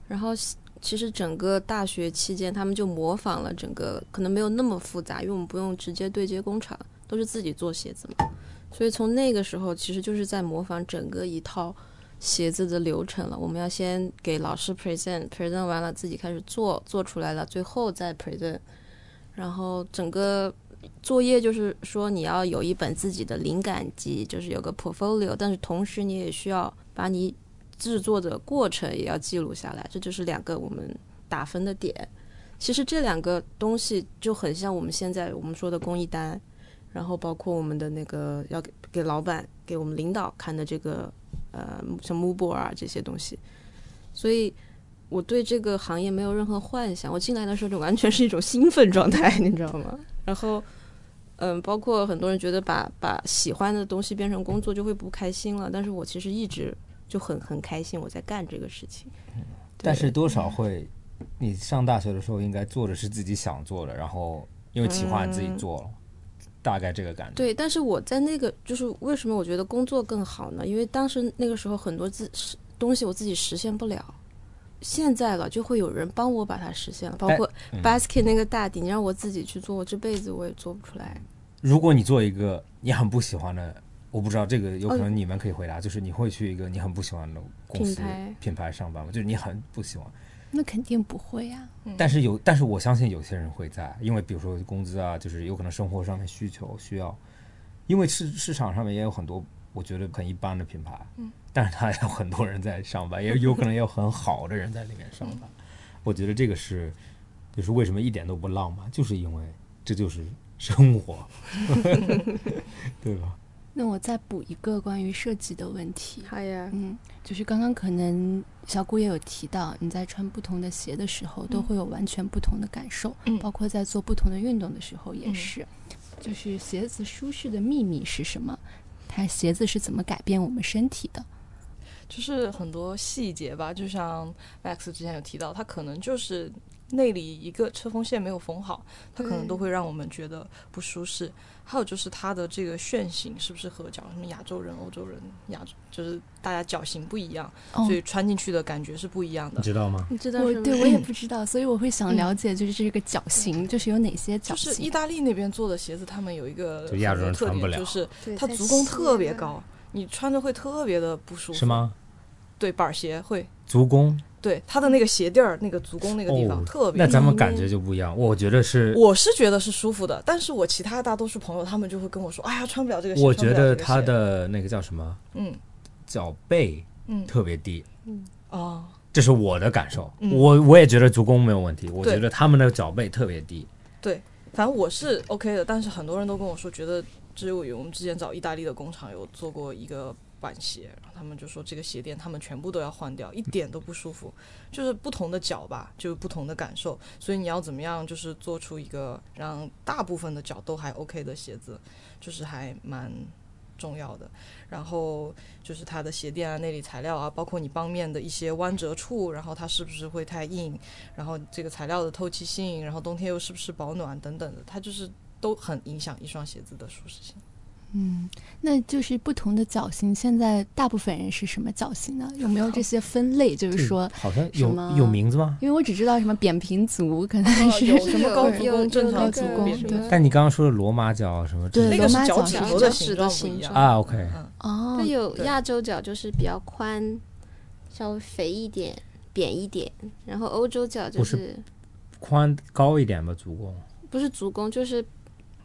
然后其其实整个大学期间，他们就模仿了整个，可能没有那么复杂，因为我们不用直接对接工厂，都是自己做鞋子嘛，所以从那个时候其实就是在模仿整个一套。鞋子的流程了，我们要先给老师 present，present 完了自己开始做，做出来了，最后再 present，然后整个作业就是说你要有一本自己的灵感集，就是有个 portfolio，但是同时你也需要把你制作的过程也要记录下来，这就是两个我们打分的点。其实这两个东西就很像我们现在我们说的公益单，然后包括我们的那个要给给老板、给我们领导看的这个呃像 m o o b o 啊这些东西，所以。我对这个行业没有任何幻想，我进来的时候就完全是一种兴奋状态，你知道吗？然后，嗯，包括很多人觉得把把喜欢的东西变成工作就会不开心了，但是我其实一直就很很开心，我在干这个事情。
但是多少会，你上大学的时候应该做的是自己想做的，然后因为企划你自己做了，大概这个感觉。
对，但是我在那个就是为什么我觉得工作更好呢？因为当时那个时候很多自是东西我自己实现不了，现在了就会有人帮我把它实现了，包括
嗯
basket 那个大底，你让我自己去做，我这辈子我也做不出来。
如果你做一个你很不喜欢的，我不知道这个有可能你们可以回答，就是你会去一个你很不喜欢的公司
品牌
嗯品牌上班吗？就是你很不喜欢，
那肯定不会啊呀、
但是有，但是我相信有些人会在，因为比如说工资啊，就是有可能生活上面需求需要，因为市市场上面也有很多我觉得很一般的品牌，嗯，但是它也有很多人在上班，也有可能也有很好的人在里面上班。
嗯
我觉得这个是，就是为什么一点都不浪漫，就是因为这就是生 活，对吧？
那我再补一个关于设计的问题。
好呀，
嗯，就是刚刚可能小谷也有提到，你在穿不同的鞋的时候，都会有完全不同的感受，
嗯
包括在做不同的运动的时候也
嗯
是。就是鞋子舒适的秘密是什么？它鞋子是怎么改变我们身体的？
就是很多细节吧，就像 Max 之前有提到，它可能就是内里一个车缝线没有缝好，它可能
对
嗯
都会让我们觉得不舒适。还有就是它的这个楦型是不是和脚什么亚洲人、欧洲人、亚洲就是大家脚型不一样，
哦
所以穿进去的感觉是不一样的。
知道吗？
你知道
我
什么？
对我也不知道，所以我会想
嗯
了解，就是这个脚型，就是有哪些脚
就是
型
意？大利那边做的鞋子，他们有一个
就亚洲人
很有特
穿不
点，
了
就是
对
它
在
足弓
西
特别
安
高，你穿着会特别的不舒服。
是？吗？
对，板儿鞋会。
足弓
对，它的那个鞋垫儿、那个足弓那个地方、
哦
特别
那
高。
咱们感觉就不一样，我觉得是
我是觉得是舒服的，但是我其他大多数朋友他们就会跟我说：“哎呀，穿不了这个鞋。
我
穿
觉
不了
得
这个
他
鞋
的那个叫什么
嗯
脚背
嗯
特别低，
哦，
这是我的感受。
嗯
我我也觉得足弓没有问题，我
对
觉得他们的脚背特别低。
对，反正我是 OK 的，但是很多人都跟我说，觉得只有我们之前找意大利的工厂有做过一个板鞋，然后他们就说这个鞋垫他们全部都要换掉，一点都不舒服，就是不同的脚吧，就是不同的感受，所以你要怎么样，就是做出一个让大部分的脚都还 OK 的鞋子，就是还蛮。重要的，然后就是它的鞋垫啊、内里材料啊，包括你帮面的一些弯折处，然后它是不是会太硬，然后这个材料的透气性，然后冬天又是不是保暖等等的，它就是都很影响一双鞋子的舒适性。
嗯，那就是不同的脚型，现在大部分人是什么脚型呢？有没有这些分类？就是说，
好像
什么
有有名字吗？
因为我只知道什么扁平足，可能是、
哦有什么
有
高
有
足弓、正常
有
足
那个
弓
什
什
么
么的，
但你刚刚说的罗马脚什么之
对
类
那
的
罗
个
马
是
脚
脚趾
是
脚
头的
趾
形
的
状不
形
一样
状
啊，OK，
嗯，
哦
它，有
对
亚洲脚就是比较宽，稍微肥一点、扁一点，然后欧洲脚就
不是
是
宽高一点吧，足弓
不是足弓就是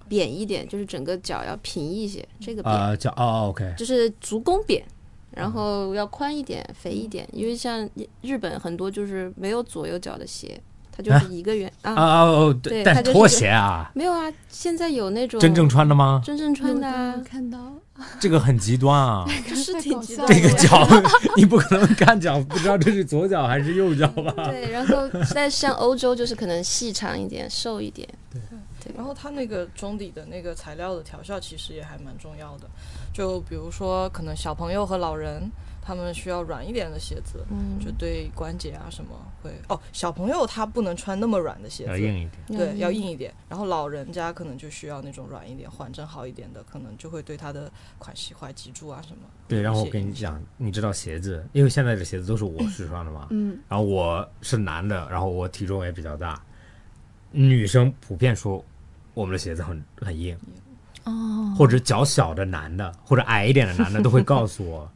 扁一点，就是整个脚要平一些，
嗯
这个扁、
啊嗯脚哦，OK，
就是足弓扁，然后要宽一点、肥一点，
嗯
因为像日本很多就是没有左右脚的鞋，它就是一个圆啊
啊哦哦，
对
对但
它就是
拖鞋啊，
没有啊，现在有那种
真正穿的吗？
真正穿的、
有
啊
的，看到
这个很极端啊，
是挺极端
这个
的。
脚 你不可能看脚不知道这是左脚还是右脚 吧？
对，然后但像欧洲就是可能细长一点、瘦一点，
然后它那个中底的那个材料的调校其实也还蛮重要的，就比如说可能小朋友和老人他们需要软一点的鞋子，
嗯，
就对关节啊什么会哦，小朋友他不能穿那么软的鞋
要呃
子，
硬一点。
对，要硬一点。然后老人家可能就需要那种软一点、缓震好一点的，可能就会对他的髋膝踝脊柱啊什么。
对，然后我
一些
跟
影
你
响
讲，你知道鞋子，因为现在的鞋子都是我试穿的嘛，
嗯，
然后我是男的，然后我体重也比较大，女生普遍说我们的鞋子很很硬，
哦，
或者脚小的男的或者矮一点的男的都会告诉我，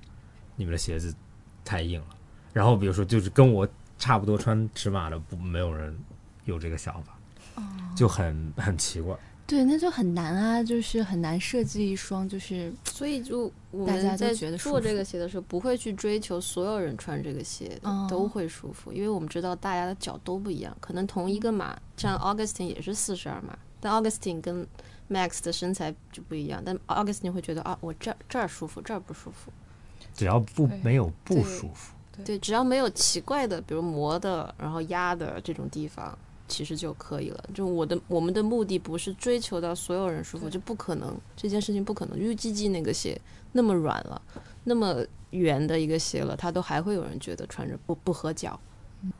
你们的鞋子太硬了。然后比如说就是跟我差不多穿尺码的，不没有人有这个想法，就很很奇怪。
对，那就很难啊，就是很难设计一双就是
所以就我
大家
们
都
在
觉得舒
做这
服
个鞋的时候，不会去追求所有人穿这个鞋、
哦
都会舒服，因为我们知道大家的脚都不一样，可能同
嗯
一个码，像 Augustine 也是四十二码，但 Augustine 跟 Max 的身材就不一样，但 Augustine 会觉得啊，我这儿这儿舒服，这儿不舒服。
只要不
对
没有不
对
舒服，
对，只要没有奇怪的，比如磨的，然后压的这种地方，其实就可以了。就我的我们的目的不是追求到所有人舒服，就不可能这件事情不可能。UGG 那个鞋那么软了，那么圆的一个鞋了，它都还会有人觉得穿着不不合脚，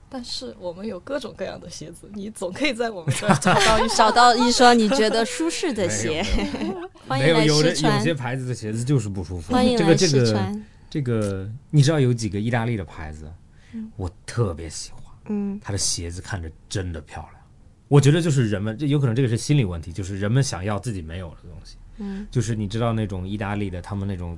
但是我们有各种各样的鞋子，你总可以在我 们这儿找到一双。
哦找到一双你觉得舒适的
没有
鞋，
没有
欢
没
迎
有
来
有的
试
有
穿
些，牌子的鞋子就是不舒服。
欢迎
这个
来
这
试
个
穿。
这个，你知道有几个意大利的牌子，我特别喜欢，
嗯，
它的鞋子看着真的漂亮。我觉得就是人们，这有可能这个是心理问题，就是人们想要自己没有的东西。
嗯，
就是你知道那种意大利的，他们那种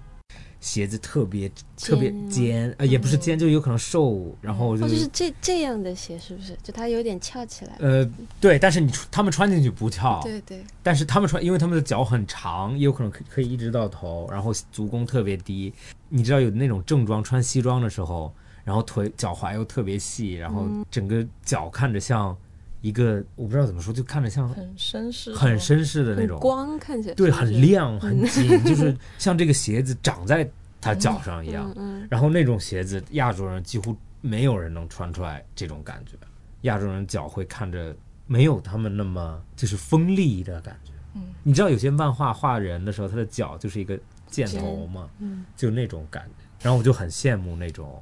鞋子特别特别
尖啊
尖，呃，也不是尖，就有可能瘦，然后
哦，就是这这样的鞋是不是？就它有点翘起来。
呃，对，但是你穿他们穿进去不翘，
对对，
但是他们穿，因为他们的脚很长，也有可能可以可以一直到头，然后足弓特别低。你知道有那种正装穿西装的时候，然后腿脚踝又特别细，然后整个脚看着像一个，我不知道怎么说，就看着像
很绅士，
很绅士的那
很
种，
光看起来
对，
是不是
很亮很紧，就是像这个鞋子长在他脚上一样。
嗯
然后那种鞋子，亚洲人几乎没有人能穿出来这种感觉。亚洲人脚会看着没有他们那么就是锋利的感觉。
嗯，
你知道有些漫画画人的时候，他的脚就是一个箭头嘛，
嗯，
就那种感觉。然后我就很羡慕那种，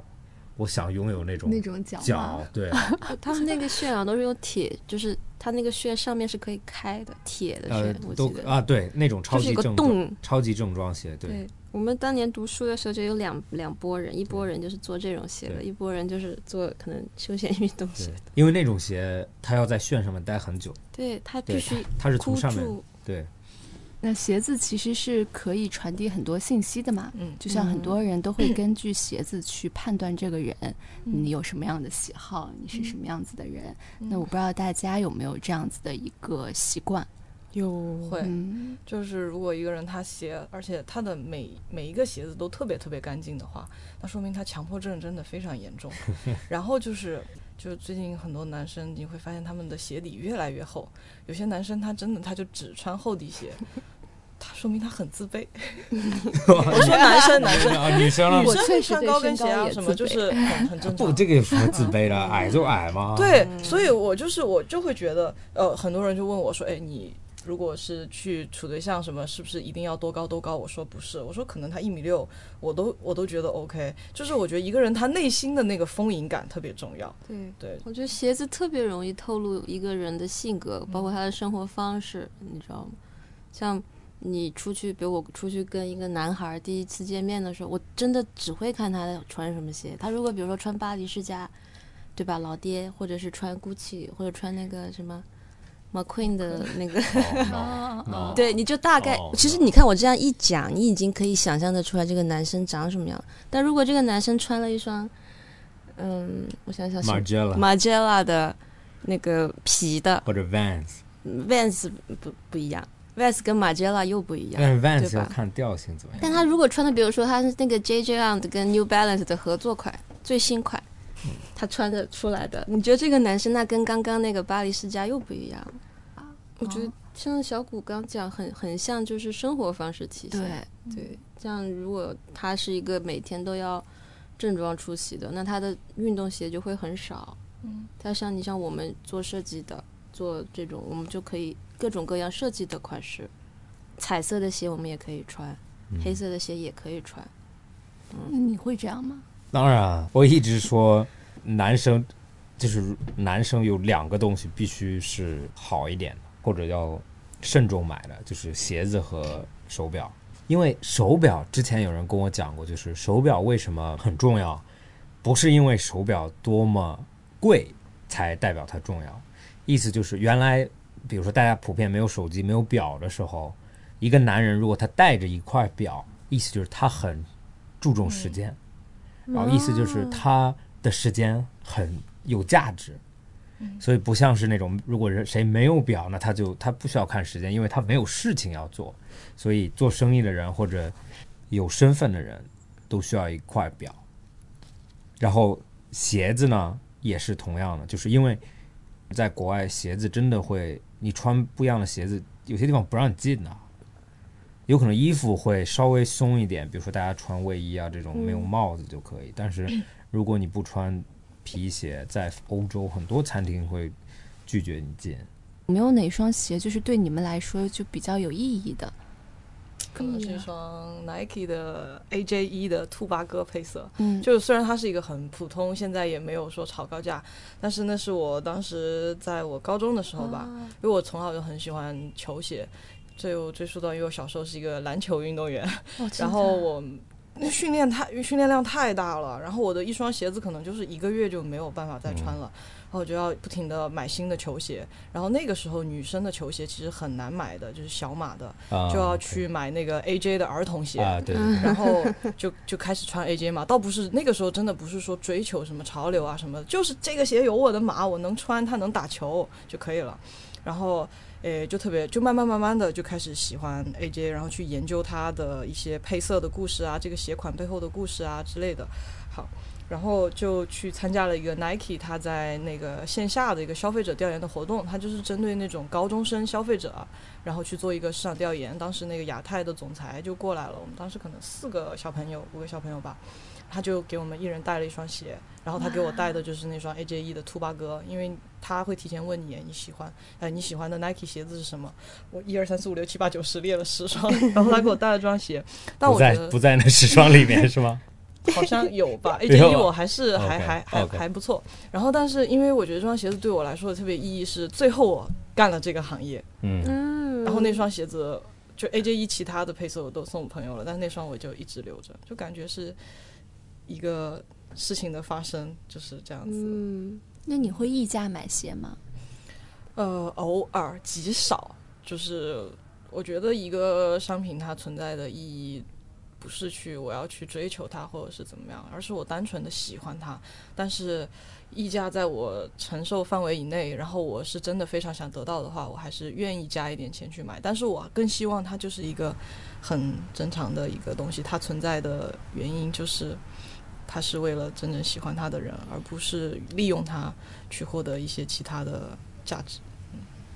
我想拥有那种
那种脚
脚， 对，
他们那个楦啊都是用铁，就是它那个楦上面是可以开的，铁的楦，
呃，
我
都
记得。
啊，对，那种超
就是
级
有个
正装，
洞，
超级正装鞋，对，
对我们当年读书的时候就有两两拨人，一拨人就是做这种鞋的，
对
一拨人就是做可能休闲运动
对
鞋。，
因为那种鞋它要在楦上面待很久，
对，它必
对
须，
它是从
箍
上面，
住。
对，
那鞋子其实是可以传递很多信息的嘛，
嗯
就像很
嗯
多人都会根据鞋子去判断这个人，你有什么样的喜好，你是什么样子的人。那我不知道大家有没有这样子的一个习惯，
有会，
嗯，
就是如果一个人他鞋，而且他的每每一个鞋子都特别特别干净的话，那说明他强迫症真的非常严 重。然后就是，就是最近很多男生你会发现他们的鞋底越来越厚，有些男生他真的他就只穿厚底鞋，他说明他很自 卑。我说男生男生，
啊，女生
女
我
生
确
会
实
穿
对
高
身
跟鞋
高
啊
也
什
自
么就
卑
是很很正
不，
常。
哦这个有什么自卑的？矮就矮嘛。，
对，所以我就是我就会觉得，呃，很多人就问我说，哎，你如果是去处对象什么，是不是一定要多高多高？我说不是，我说可能他一米六，我都我都觉得 OK。就是我觉得一个人他内心的那个丰盈感特别重要。
对，
对，
我觉得鞋子特别容易透露一个人的性格，包括他的生活方式，你知道吗？像你出去，比如我出去跟一个男孩儿第一次见面的时候，我真的只会看他穿什么鞋。他如果比如说穿巴黎世家，对吧，老爹，或者是穿 GUCCI，或者穿那个什么 McQueen 的那个，
哦 no，no
对，你就大概。
哦
其实
是吧
你看我这样一讲，你已经可以想象得出来这个男生长什么样。但如果这个男生穿了一双，嗯，我想 想是
，Margiela
马 l 拉的那个皮的
或者 Vans，
Vans 不不一样，Vans 跟马 l 拉又不一样。
但是 Vans
对吧
要看调性怎么样。
但他如果穿的，比如说他是那个 JJ Round 跟 New Balance 的合作款，最新款，他穿的出来的，你觉得这个男生那跟刚刚那个巴黎世家又不一样？我觉得像小谷刚讲，很很像就是生活方式体现。
对，
嗯
对，这样如果他是一个每天都要正装出席的，那他的运动鞋就会很少。嗯，他像你像我们做设计的，做这种我们就可以各种各样设计的款式，彩色的鞋我们也可以穿，黑色的鞋也可以穿。
那你会这样吗？
当然，我一直说男生就是男生有两个东西必须是好一点的，或者要慎重买的，就是鞋子和手表。因为手表之前有人跟我讲过，就是手表为什么很重要，不是因为手表多么贵才代表它重要，意思就是原来比如说大家普遍没有手机、没有表的时候，一个男人如果他戴着一块表，意思就是他很注重时间。然后意思就是他的时间很有价值。所以不像是那种如果是谁没有表，那他就他不需要看时间，因为他没有事情要做，所以做生意的人或者有身份的人都需要一块表。然后鞋子呢也是同样的，就是因为在国外鞋子真的会，你穿不一样的鞋子，有些地方不让你进的、有可能衣服会稍微松一点，比如说大家穿卫衣啊这种没有帽子就可以，但是如果你不穿皮鞋，在欧洲很多餐厅会拒绝你进。
有没有哪双鞋就是对你们来说就比较有意义的？
可能是一双 Nike 的 AJ 一的兔八哥配色，
嗯
就是虽然它是一个很普通，现在也没有说炒高价，但是那是我当时在我高中的时候哦吧，
哦
因为我从小就很喜欢球鞋，这我追溯到因为我小时候是一个篮球运动员，然后
啊
我那训练太训练量太大了，然后我的一双鞋子可能就是一个月就没有办法再
嗯
穿了，然后我就要不停的买新的球鞋，然后那个时候女生的球鞋其实很难买的，就是小码的，
啊
就要去嗯买那个 AJ 的儿童鞋。
啊，对对
然后就就开始穿 AJ 嘛，倒不是那个时候真的不是说追求什么潮流啊什么的，就是这个鞋有我的码，我能穿，它能打球就可以了。然后，诶，就特别就慢慢慢慢的就开始喜欢 AJ，然后去研究它的一些配色的故事啊，这个鞋款背后的故事啊之类的。好，然后就去参加了一个 Nike 它在那个线下的一个消费者调研的活动，它就是针对那种高中生消费者啊，然后去做一个市场调研。当时那个亚太的总裁就过来了，我们当时可能四个小朋友，五个小朋友吧，他就给我们一人带了一双鞋，然后他给我带的就是那双 AJ 一的兔八哥，因为他会提前问你你喜欢，呃，你喜欢的 Nike 鞋子是什么？我一二三四五六七八九十列了十 双，然后他给我带了这双鞋，但
不
我觉
在
得
不在那十双里面是吗？
好像有吧
没有
，AJ
啊
一我还是还
OK，哦
还还
OK
还不错。然后，但是因为我觉得这双鞋子对我来说的特别意义是，最后我干了这个行业，
嗯，
嗯
然后那双鞋子就 AJ 一其他的配色我都送我朋友了，但是那双我就一直留着，就感觉是一个事情的发生就是这样子。
嗯，
那你会溢价买鞋吗？
呃，偶尔极少，就是我觉得一个商品它存在的意义，不是去我要去追求它或者是怎么样，而是我单纯的喜欢它，但是溢价在我承受范围以内，然后我是真的非常想得到的话，我还是愿意加一点钱去买，但是我更希望它就是一个很正常的一个东西，它存在的原因就是。它是为了真正喜欢它的人，而不是利用它去获得一些其他的价值。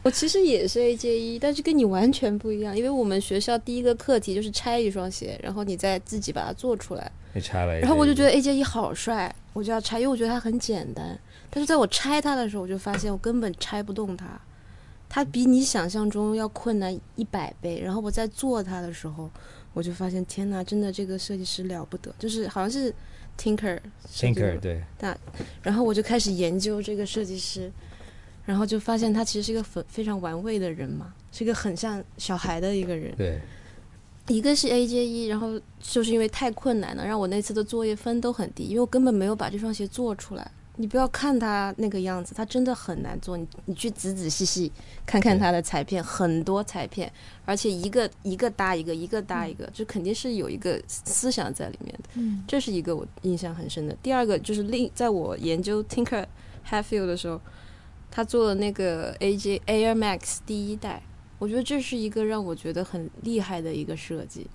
我其实也是 AJ 一，但是跟你完全不一样，因为我们学校第一个课题就是拆一双鞋，然后你再自己把它做出来。
被拆了。
然后我就觉得 AJ 一好帅，我就要拆，因为我觉得它很简单。但是在我拆它的时候，我就发现我根本拆不动它，它比你想象中要困难一百倍。然后我在做它的时候，我就发现天哪，真的这个设计师了不得，就是好像是 Tinker 设计的
Tinker 对，
然后我就开始研究这个设计师，然后就发现他其实是一个非非常玩味的人嘛，是一个很像小孩的一个人。
对，
一个是 AJ 一，然后就是因为太困难了，让我那次的作业分都很低，因为我根本没有把这双鞋做出来。你不要看它那个样子，它真的很难做。你你去仔仔细细看看它的裁片，很多裁片，而且一个一个搭一个，一个搭一个，就肯定是有一个思想在里面的。
嗯，
这是一个我印象很深的。第二个就是另在我研究 Tinker Hatfield 的时候，他做的那个 AJ Air Max 第一代，我觉得这是一个让我觉得很厉害的一个设计，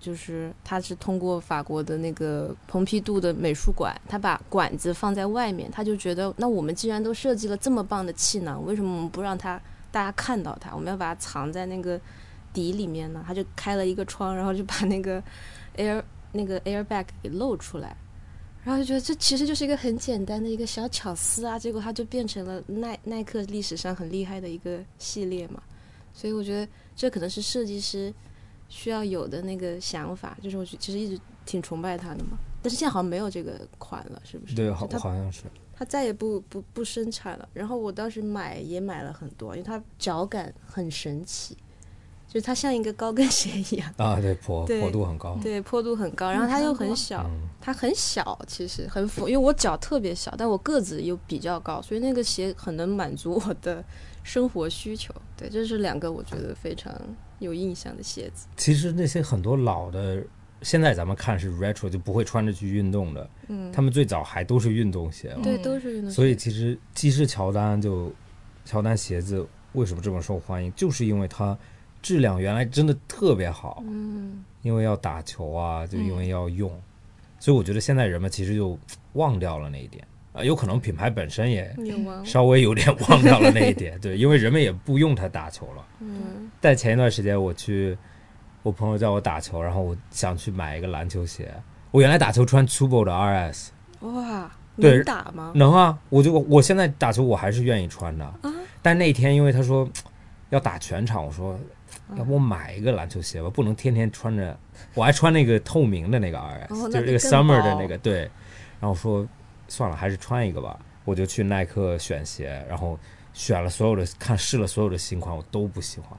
就是它是通过法国的那个蓬皮杜的美术馆，他把管子放在外面，他就觉得那我们既然都设计了这么棒的气囊，为什么我们不让它大家看到它？我们要把它藏在那个底里面呢？他就开了一个窗，然后就把那个 Air 那个 airbag 给露出来，然后就觉得这其实就是一个很简单的一个小巧思啊，结果它就变成了耐耐克历史上很厉害的一个系列嘛，所以我觉得这可能是设计师需要有的那个想法，就是我其实一直挺崇拜他的嘛，但是现在好像没有这个款了，是不是？
对，好
就它
好像是。
它再也不不不生产了。然后我当时买也买了很多，因为它脚感很神奇，就是它像一个高跟鞋一样，
啊，对，坡
对
坡度很高。
对，坡度很高，然后它又很小。
嗯，
它很小，其实很符，因为我脚特别小，但我个子又比较高，所以那个鞋很能满足我的生活需求。对，这是两个我觉得非常有印象的鞋子。
其实那些很多老的现在咱们看是 retro 就不会穿着去运动的，
嗯，
他们最早还都是运动鞋嘛，
对，
嗯
都是运动鞋。
所以其实既是乔丹就乔丹鞋子为什么这么受欢迎，就是因为它质量原来真的特别好，
嗯，
因为要打球啊，就因为要用，所以我觉得现在人们其实就忘掉了那一点啊、有可能品牌本身
嗯
也
有吗？
稍微有点忘掉了那一点，对，因为人们也不用它打球了。
嗯，
但前一段时间我去，我朋友叫我打球，然后我想去买一个篮球鞋。我原来打球穿 Tubo 的 RS，
哇，
对
能打吗？
能啊，我就我现在打球我还是愿意穿的。但那天因为他说要打全场，我说要不我买一个篮球鞋吧，不能天天穿着。我还穿那个透明的那个 RS，、
哦
就
那
是
就
那
更
个 Summer 的那
薄
个对。然后我说算了，还是穿一个吧。我就去耐克选鞋，然后选了所有的看试了所有的新款，我都不喜欢，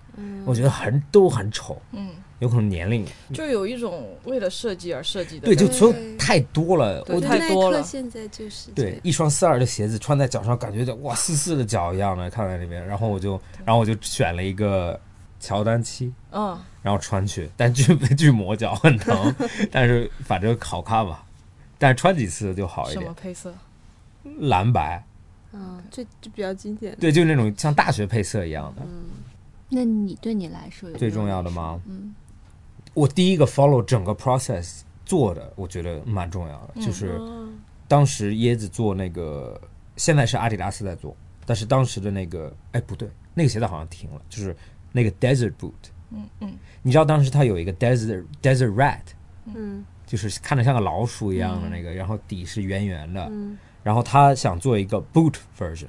我觉得很都很丑，
嗯，
有可能年龄
就有一种为了设计而设计的
对，
感
就
觉，
所有
对
太多了，
对
我
对
太
太多
耐
了
克现在就是这
对
样，
一双四二的鞋子穿在脚上，感觉就哇四四的脚一样的看在里面。然后我就，然后我就选了一个乔丹七，
嗯，
然后穿去， 但巨巨磨脚，很疼，但是反正好看吧。但是穿几次就好一
什么
点，
配色？
蓝白，
啊，
嗯这就比较经典。
对，就是那种像大学配色一样的。
那你对你来说有
最
没有
重要
一
的
种
吗？
嗯，
我第一个 follow 整个 process 做的，我觉得蛮重要的，
嗯
就是当时椰子做那个，现在是阿迪达斯在做，但是当时的那个，哎，不对，那个鞋子好像停了，就是那个 Desert Boot，
嗯嗯，
你知道当时它有一个 Desert Desert Rat，
嗯，
就是看着像个老鼠一样的那个，然后底是圆圆的，
嗯
然后他想做一个 Boot version，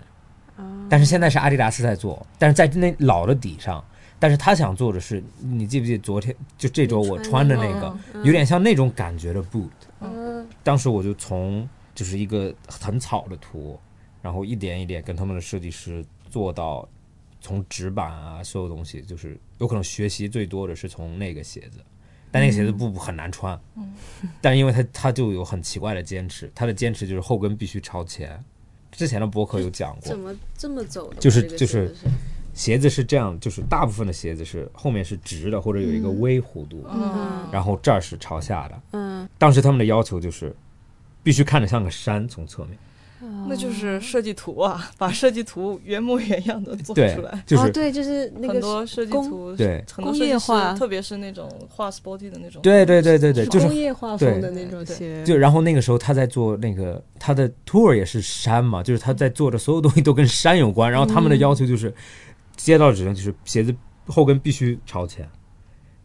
但是现在是阿迪达斯在做，但是在那老的底上。但是他想做的是，你记不记得昨天就这周我
你
穿
穿
的
的
那
那
个
嗯
个，
有点像那种感觉的 boot，
嗯，
当时我就从就是一个很草的图，然后一点一点跟他们的设计师做到从纸板啊所有东西，就是有可能学习最多的是从那个鞋子，但那个鞋子不很难穿，但因为他他就有很奇怪的坚持，他的坚持就是后跟必须朝前。之前的博客有讲过
嗯
怎，么这么走的？
就是
这个
就是
真的
鞋子是这样，就是大部分的鞋子是后面是直的或者有一个微弧度，
嗯
然后这儿是朝下的。
嗯，
当时他们的要求就是必须看着像个山从侧面。
哦
那就是设计图啊，把设计图原模原样的做
对
出来。，
就是、
哦，对，就是那
很
个
多设计
工
图，
对
很多
工
设计
业
师
化
特别是那种画 sporty 的那种，
对对对对对，就是
工业化
对
风的那种
对
鞋，
就然后那个时候他在做那个他的 tour 也是山嘛，就是他在做的所有东西都跟山有关，然后他们的要求就是、接到指令就是鞋子后跟必须朝前，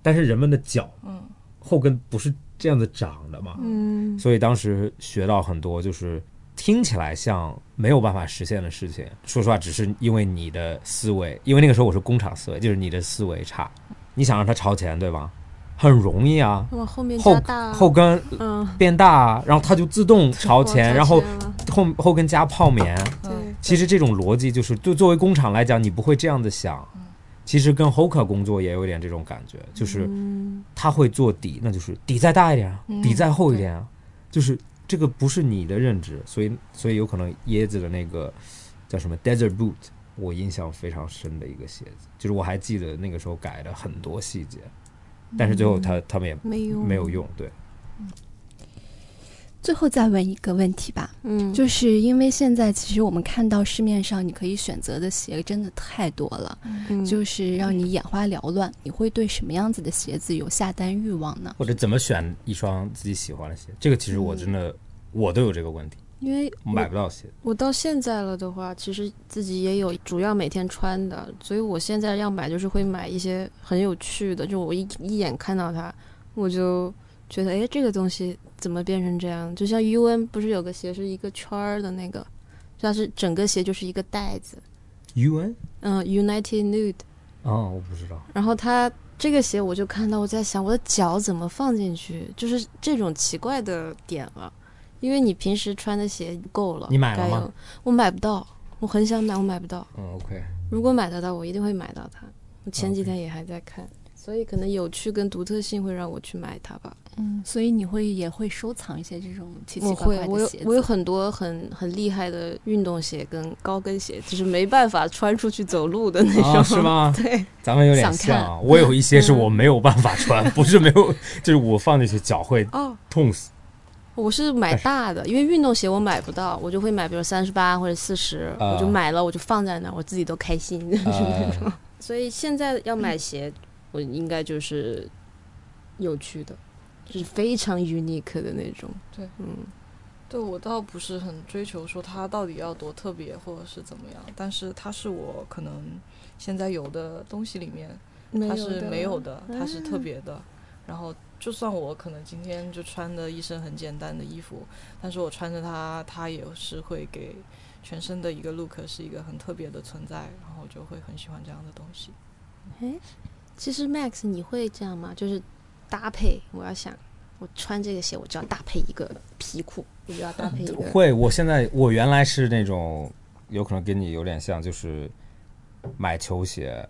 但是人们的脚
嗯
后跟不是这样子长的嘛，
嗯，
所以当时学到很多就是。听起来像没有办法实现的事情，说实话，只是因为你的思维，因为那个时候我是工厂思维，就是你的思维差。你想让它朝前，对吧？很容易啊，
往后面
后
加大啊
后跟
嗯
变大，然后它就自动朝前，然后后后跟加泡棉。
对，
嗯
其实这种逻辑就是，就作为工厂来讲，你不会这样子想。
嗯
其实跟 Hoka 工作也有点这种感觉，就是
嗯
嗯
他会做底，那就是底再大一点啊，底再厚一点啊，就是这个不是你的认知，所以所以有可能椰子的那个叫什么 Desert Boot，我印象非常深的一个鞋子，就是我还记得那个时候改的很多细节，但是最后他他们也
嗯没有
没有，用，对。
最后再问一个问题吧，
嗯，就
就是因为现在其实我们看到市面上你可以选择的鞋真的太多了，
嗯
嗯
就是让你眼花缭乱。你会对什么样子的鞋子有下单欲望呢？
或者怎么选一双自己喜欢的鞋？这个其实我真的、我都有这个问题，
因为
买不到鞋。
我到现在了的话，其实自己也有主要每天穿的，所以我现在要买就是会买一些很有趣的，就我一一眼看到它，我就觉得哎，诶这个东西怎么变成这样？就像 U N 不是有个鞋是一个圈儿的那个，它是整个鞋就是一个带子，
U N
嗯，United Nude，
哦，我不知道。
然后它这个鞋我就看到我在想我的脚怎么放进去，就是这种奇怪的点了，因为你平时穿的鞋够了，
你买了吗
该有？我买不到，我很想买，我买不到。
嗯，OK，
如果买得到，我一定会买到它。我前几天也还在看所以可能有趣跟独特性会让我去买它吧。
嗯，所以你会也会收藏一些这种奇奇
我
怪
会，
怪
我
的
有
鞋
我有
子。
很多很很厉害的运动鞋跟高跟鞋，就是没办法穿出去走路的那种。
啊，是吗？
对，
咱们有点
想
像
看
啊，我有一些是我没有办法穿，不是没有， 就是我放进去脚会
哦，
痛 死。
我是买
哎
大的，因为运动鞋我买不到，我就会买，比如三十八或者四十、
啊
我就买了，我就放在那儿，我自己都开心。
呃，
所以现在要买鞋，我应该就是有趣的，就是非常 unique 的那种。
对，
嗯，
对我倒不是很追求说它到底要多特别或者是怎么样，但是它是我可能现在有的东西里面它是没有
啊
的，嗯它是特别的。然后，就算我可能今天就穿的一身很简单的衣服，但是我穿着它，它也是会给全身的一个 look 是一个很特别的存在，然后我就会很喜欢这样的东西。
其实 Max，你会这样吗？就是搭配，我要想，我穿这个鞋，我就要搭配一个皮裤，我就要搭配一个。
会，我现在我原来是那种，有可能跟你有点像，就是买球鞋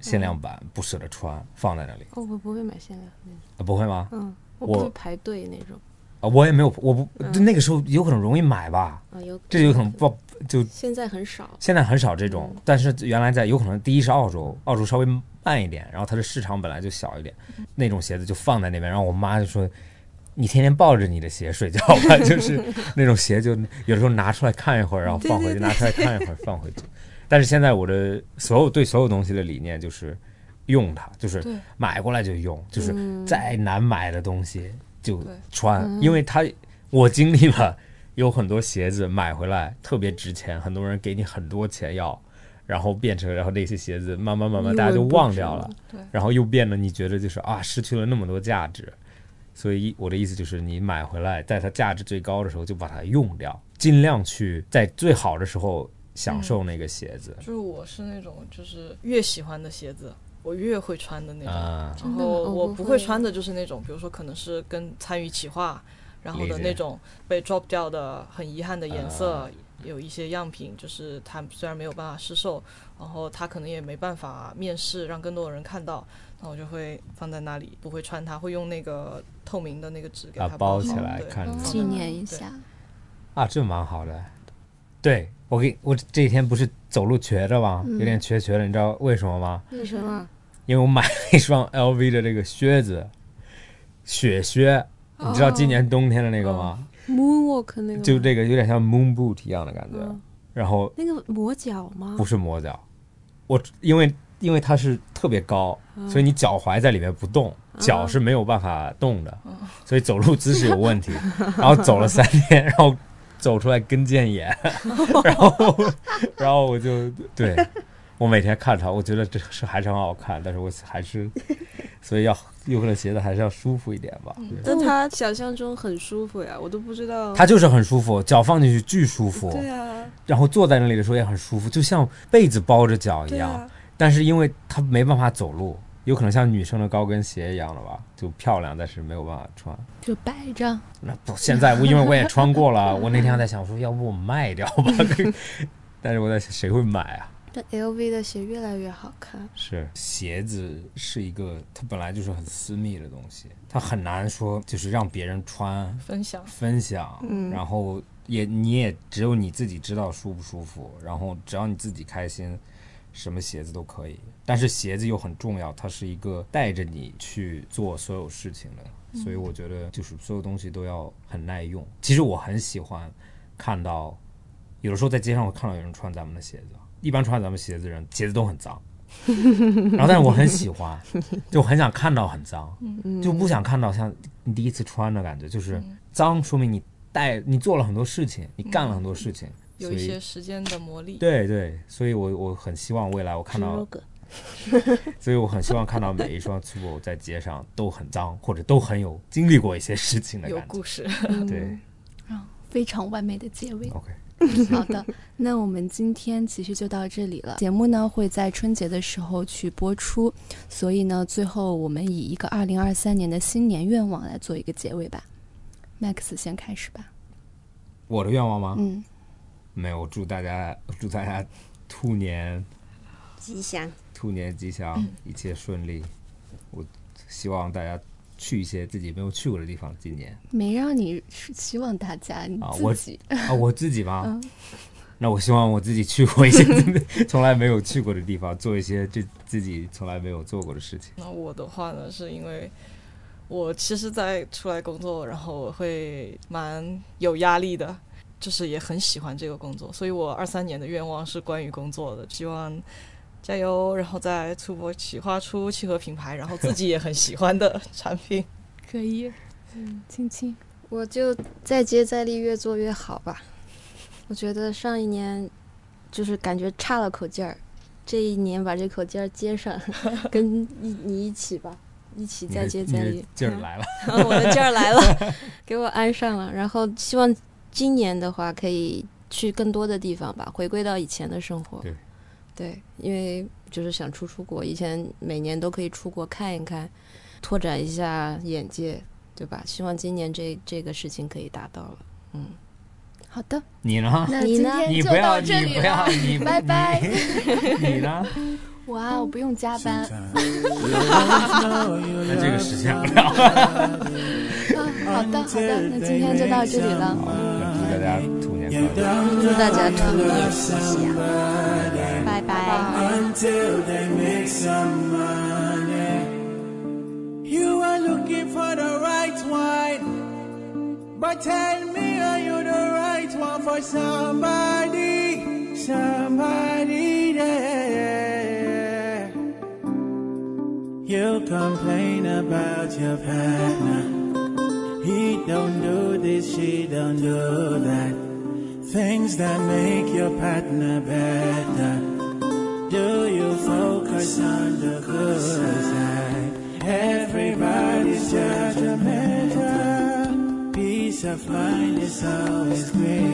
限量版不舍得穿，放在那里，
哦，我不会买限量那种，
啊不会吗？
嗯，我
我
不会排队那种。
啊，我也没有，我不就那个时候有可能容易买吧，
啊，有
这有可能不就
现在很少。
现在很少这
嗯
种，但是原来在有可能第一是澳洲，澳洲稍微慢一点，然后它的市场本来就小一点，那种鞋子就放在那边，然后我妈就说。你天天抱着你的鞋睡觉吧，就是那种鞋，就有时候拿出来看一会儿，然后放回去，拿出来看一会儿，放回去。但是现在我的所有对所有东西的理念就是用它，就是
对嗯
买过来就用，就是再难买的东西就
对嗯
穿，因为它我经历了有很多鞋子买回来特别值钱，很多人给你很多钱要，然后变成然后那些鞋子慢慢慢慢大家就忘掉了，
对
然后又变得你觉得就是啊失去了那么多价值，所以我的意思就是你买回来在它价值最高的时候就把它用掉，尽量去在最好的时候享受那个鞋子
就是我是那种就是越喜欢的鞋子，我越会穿的那种。
啊、
然
的
后
吗哦
我
不
不
会
会穿的就是那种，比如说可能是跟参与企划，然后的
理解啊
那种被 drop 掉的很遗憾的颜色，有一些样品，就是它虽然没有办法试售，然后它可能也没办法面试，让更多的人看到，那我就会放在那里，不会穿它，会用那个透明的那个纸给
啊
它
包起
好
来
对
看着
纪念一下，
啊，这蛮好的。对我给我这几天不是走路瘸着吗？有点瘸瘸的，你知道为什么吗？
为什么？
因为我买了一双 LV 的这个靴子，雪靴，你知道今年冬天的那个吗？
嗯
Moonwalk 那个
就
吗
这个有点像 moon boot 一样的感觉，然后
那个磨脚吗
不？是磨脚，我因为因为它是特别高，
嗯
所以你脚踝在里面不动，脚是没有办法动的，
嗯
所以走路姿势有问题。然后走了三天，然后走出来跟 腱炎，然后然后我就对我每天看它，我觉得这是还是很好看，但是我还是所以要有可能鞋子还是要舒服一点吧。对
哦
但它想象中很舒服呀，我都不知
啊
道。
它就是很舒服，脚放进去巨舒服，
对啊，
然后坐在那里的时候也很舒服，就像被子包着脚一
对
样。
啊，
但是因为它没办法走路，有可能像女生的高跟鞋一样的吧，就漂亮，但是没有办法穿。
就摆着。
那不，现在我因为我也穿过了，我那天还在想说，要不我卖掉吧？ 但是我在想，谁会买啊？
但 LV 的鞋越来越好看。
是鞋子是一个，它本来就是很私密的东西，它很难说就是让别人穿
分享。
分享，然后也你也只有你自己知道舒不舒服，然后只要你自己开心，什么鞋子都可以。但是鞋子又很重要，它是一个带着你去做所有事情的，所以我觉得就是所有东西都要很耐用。其实我很喜欢看到，有的时候在街上我看到有人穿咱们的鞋子，一般穿咱们鞋子的人鞋子都很脏。然后，但是我很喜欢，就很想看到很脏，
嗯
就不想看到像你第一次穿的感觉，就是脏，说明你带你做了很多事情，你干了很多事情，
嗯有
所
一
以
些时间的磨砺，
对对，所以我我很希望未来我看到
Rogue，
所以我很希望看到每一双 Tubo 在街上都很脏，或者都很有经历过一些事情的
有
感觉
故。事。
嗯
对
非常完美的结尾。
，OK，
好的，那我们今天其实就到这里了。节目呢会在春节的时候去播出，所以呢，最后我们以一个二零二三年的新年愿望来做一个结尾吧。Max 先开始吧。
我的愿望吗？
嗯，
没有，祝大家祝大家兔年
吉祥。
嗯
兔年吉祥，一切顺利。我希望大家去一些自己没有去过的地方。今年
没让你是希望大家你
啊我
自己，
啊，我自己嘛，
嗯
那我希望我自己去过一些自己从来没有去过的地方，做一些这自己从来没有做过的事情。
那我的话呢，是因为我其实，在出来工作，然后我会蛮有压力的，就是也很喜欢这个工作，所以我二三年的愿望是关于工作的，希望加油，然后再出国企划出契合品牌，然后自己也很喜欢的 产品。
可以，青青，
我就再接再厉，越做越好吧。我觉得上一年就是感觉差了口劲儿，这一年把这口劲儿接上， 跟一你一起吧，一起
你
再
的
接
你
再
的
厉。
劲
嗯
儿来了，
然嗯后我的劲儿来了，给我安上了。然后希望今年的话可以去更多的地方吧，回归到以前的生活。
对
对，因为就是想出出国，以前每年都可以出国看一看，拓展一下眼界，对吧？希望今年这这个事情可以达到了。嗯，
好的，
你呢？
那
你
今
呢
天
啊你
就
不要，
到这
你
里
不要，
了，
你
拜拜。
你你呢？
哇，我不用加 班，
那这个实现不了。
嗯，好的好的，那今天就到这里了，
祝大家兔年快乐！
祝大家兔年喜喜啊！拜拜
until they make some money. You are looking for the right one, but tell me, are you the right one for somebody? Somebody there. You complain about your partner. He don't do this, she don't do that. Things that make your partner better. Do you focus on the good side? Everybody's judgmental. Peace of mind is always great.